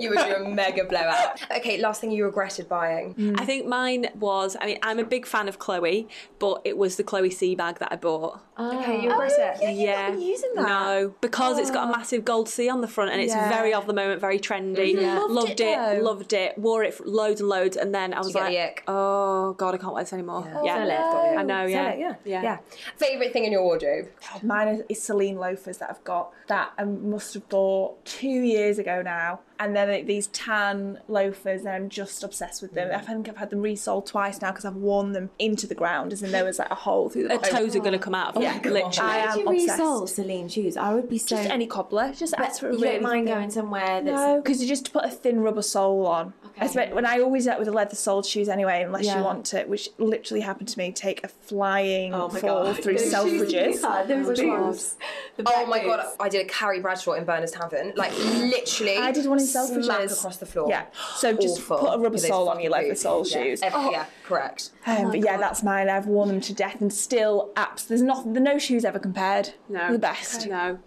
A: you would do a mega blowout. Okay, last thing you regretted buying.
B: I think mine was. I mean, I'm a big fan of Chloe, but it was the Chloe C bag that I bought.
A: Okay, you regret it.
B: Oh,
C: yeah. You've not been using that.
B: No, because it's got a massive gold C on the front and it's
C: Yeah.
B: very of the moment, very trendy.
C: Loved
B: Loved,
C: it,
B: it,
C: though.
B: loved it, wore it for loads and loads, and then I was
A: you get the
B: like,
A: ick?
B: oh god, I can't wear this anymore. Yeah,
D: Sell it.
B: I know. Yeah.
A: Sell it, yeah.
B: yeah,
A: Favorite thing in your wardrobe?
C: Mine is, is Celine loafers that I've got that I must have bought two years ago now. And they're like these tan loafers, and I'm just obsessed with them. I think I've had them resold twice now because I've worn them into the ground, as in there was like a hole through the
B: Her toes are gonna come out of them, literally.
C: I
D: Would
C: am
D: you
C: obsessed.
D: resole Celine shoes? I would be so.
C: Just any cobbler, just ask for a
D: you
C: really
D: don't mind going somewhere that's
C: No, because you just put a thin rubber sole on. I spent, when I always out with a leather soled shoes anyway, unless
D: Yeah.
C: you want to, which literally happened to me. Take a flying
D: Oh my
C: fall
D: God.
C: through Selfridges.
D: God, those boobs. The
A: Oh
D: black
A: my god,
D: boobs.
A: I did a Carrie Bradshaw in Burners Tavern. Like literally,
C: I did one in
A: smack
C: Selfridges
A: across the floor.
C: Yeah, so just
A: Awful.
C: put a rubber
A: With those
C: sole on
A: fucking
C: your leather
A: boots.
C: sole
A: Yeah.
C: shoes. Oh.
A: Ev- Yeah, correct.
C: Um, but yeah, that's mine. I've worn them to death, and still, apps. There's not, there's no shoes ever compared.
B: No,
C: They're the best.
B: No,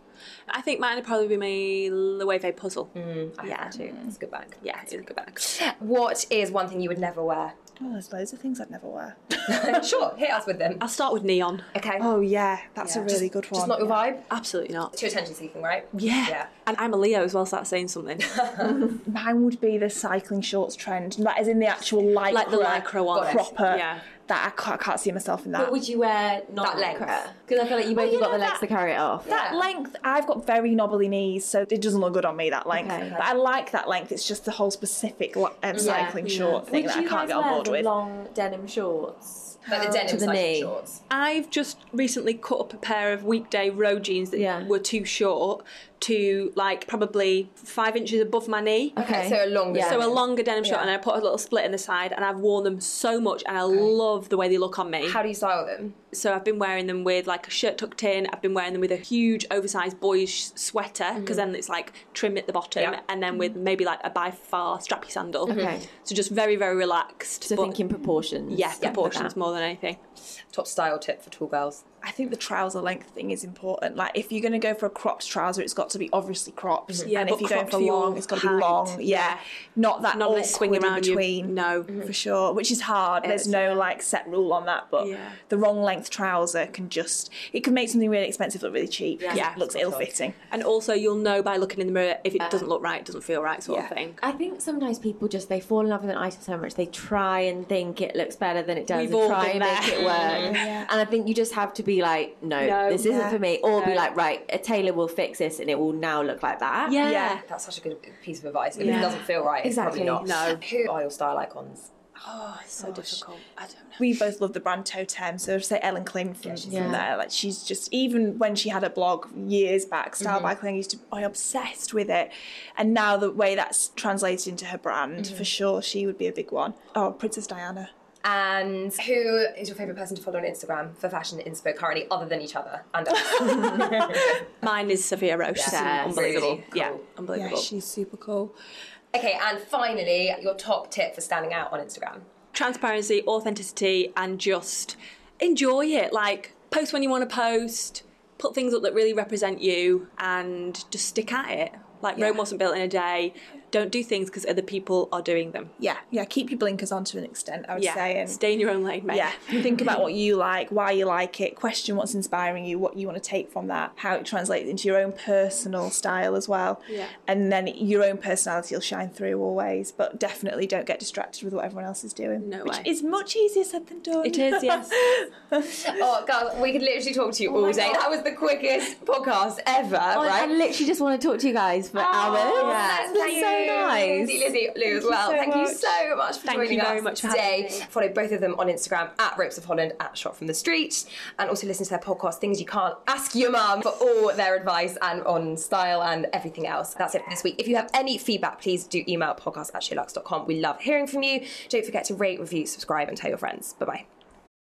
B: I think mine would probably be my Loewe puzzle.
A: Yeah, too.
C: Mm.
A: It's a good bag.
B: Yeah, it's a good bag.
A: What is one thing you would never wear?
C: Oh, there's loads of things I'd never wear.
A: sure, hit us with them.
B: I'll start with neon.
A: Okay.
C: Oh yeah, that's
A: Yeah.
C: a really
A: Just-
C: good one.
A: Just not your vibe.
B: Absolutely not.
A: Too attention seeking, right?
B: Yeah.
A: Yeah.
B: and I'm a Leo as well, so that's saying something.
C: Mine would be the cycling shorts trend, like as in the actual lycra,
B: Like the lycra one.
C: proper.
B: Yeah.
C: That I can't, I can't see myself in that.
D: But would you wear not
A: length.
D: Because I feel like you both
C: you
D: have got
C: know
D: the legs
C: that-
D: to carry it off.
C: that
A: Yeah.
C: length, I've got very knobbly knees, so it doesn't look good on me that length.
D: Okay.
C: But I like that length. It's just the whole specific li- um, cycling short thing
D: Would
C: that I
D: you
C: can't
D: guys
C: get on
D: wear
C: board
D: the
C: with.
D: long denim shorts?
A: Like the denim
D: To the
A: cycling
D: knee.
A: shorts.
B: I've just recently cut up a pair of weekday row jeans that
D: Yeah.
B: were too short to like probably five inches above my knee.
D: Okay.
A: So a longer.
D: Yeah.
B: So a
A: denim.
B: longer denim short, and I put a little split in the side, and I've worn them so much, and I love the way they look on me.
A: How do you style them?
B: So I've been wearing them with like a shirt tucked in. I've been wearing them with a huge oversized boys sh- sweater because
D: Mm-hmm.
B: then it's like trim at the bottom,
A: Yeah.
B: and then with maybe like a by far strappy sandal.
D: Okay.
B: So just very very relaxed.
D: So
B: but
D: thinking proportions.
B: yeah,
D: for
B: proportions
D: that.
B: more than anything.
A: Top style tip for tall girls.
C: I think the trouser length thing is important. Like if you're going to go for a cropped trouser, it's got to be obviously cropped.
B: Mm-hmm. Yeah,
C: and
B: but
C: if you're going
B: cropped
C: for long,
B: height.
C: it's got to be long. Yeah,
B: Yeah.
C: not that
B: Not
C: not
B: that it's swinging
C: in
B: around you.
C: between.
B: No.
C: for sure, which is hard. There's
A: is,
C: no like set rule on that, but
B: Yeah.
C: the wrong length trouser can just it can make something really expensive look really cheap. Yeah,
B: Yeah.
C: it looks ill fitting.
B: And also you'll know by looking in the mirror if it doesn't look right, it doesn't feel right, sort of
C: Yeah.
B: thing.
D: I think sometimes people just they fall in love with an item so much they try and think it looks better than it does.
B: We've
D: and
B: all
D: try
B: been
D: and make
B: there.
D: it work. And I think you just have to be like, no,
B: No.
D: this isn't
C: Yeah.
D: for me, or be
B: No.
D: like, right, a tailor will fix this and it will now look like that.
B: Yeah.
C: Yeah.
A: That's such a good piece of advice. If
B: Yeah.
A: it doesn't feel right,
D: Exactly.
A: it's probably not.
B: No.
A: Who are your style icons?
B: Oh, it's so difficult. I don't know.
C: we both love the brand Totem. So say Ellen Kling from,
D: yeah.
C: from there. Like she's just even when she had a blog years back, Style by Kling used to I obsessed with it. And now the way that's translated into her brand, for sure she would be a big one. Oh, Princess Diana.
A: And who is your favourite person to follow on Instagram for fashion inspo currently, other than each other and us?
B: Mine is Sophia Roche. She's
D: Yes.
B: unbelievable.
A: Really cool.
B: Yeah,
C: Yeah,
B: unbelievable.
C: she's super cool.
A: okay, and finally, your top tip for standing out on Instagram.
B: Transparency, authenticity, and just enjoy it. Like, post when you want to post, put things up that really represent you, and just stick at it. Like, Rome wasn't built in a day. Don't do things because other people are doing them.
C: Yeah, yeah. Keep your blinkers on to an extent, I would
B: Yeah.
C: say. And
B: Stay in your own lane, mate.
C: yeah, think about what you like, why you like it, question what's inspiring you, what you want to take from that, how it translates into your own personal style as well.
B: Yeah.
C: And then your own personality will shine through always, but definitely don't get distracted with what everyone else is doing.
B: No
C: which
B: way.
C: is much easier said than done.
B: It is, yes.
A: Oh, girls, we could literally talk to you
B: Oh
A: all day. That was the quickest podcast ever,
D: I-
A: right?
D: I literally just want to talk to you guys for hours.
A: That's
D: Oh, That's
A: you.
D: so
A: Lizzie,
D: nice.
A: Lizzie, Lou as well. Thank you so much for
B: Thank
A: joining
B: you very
A: us
B: much for
A: today.
B: having me.
A: Follow both of them on Instagram at Ropes of Holland at Shot from the Street, and also listen to their podcast Things You Can't Ask Your Mum for all their advice and on style and everything else. That's it for this week. If you have any feedback, please do email podcast at sherlux.com. We love hearing from you. Don't forget to rate, review, subscribe, and tell your friends. Bye bye.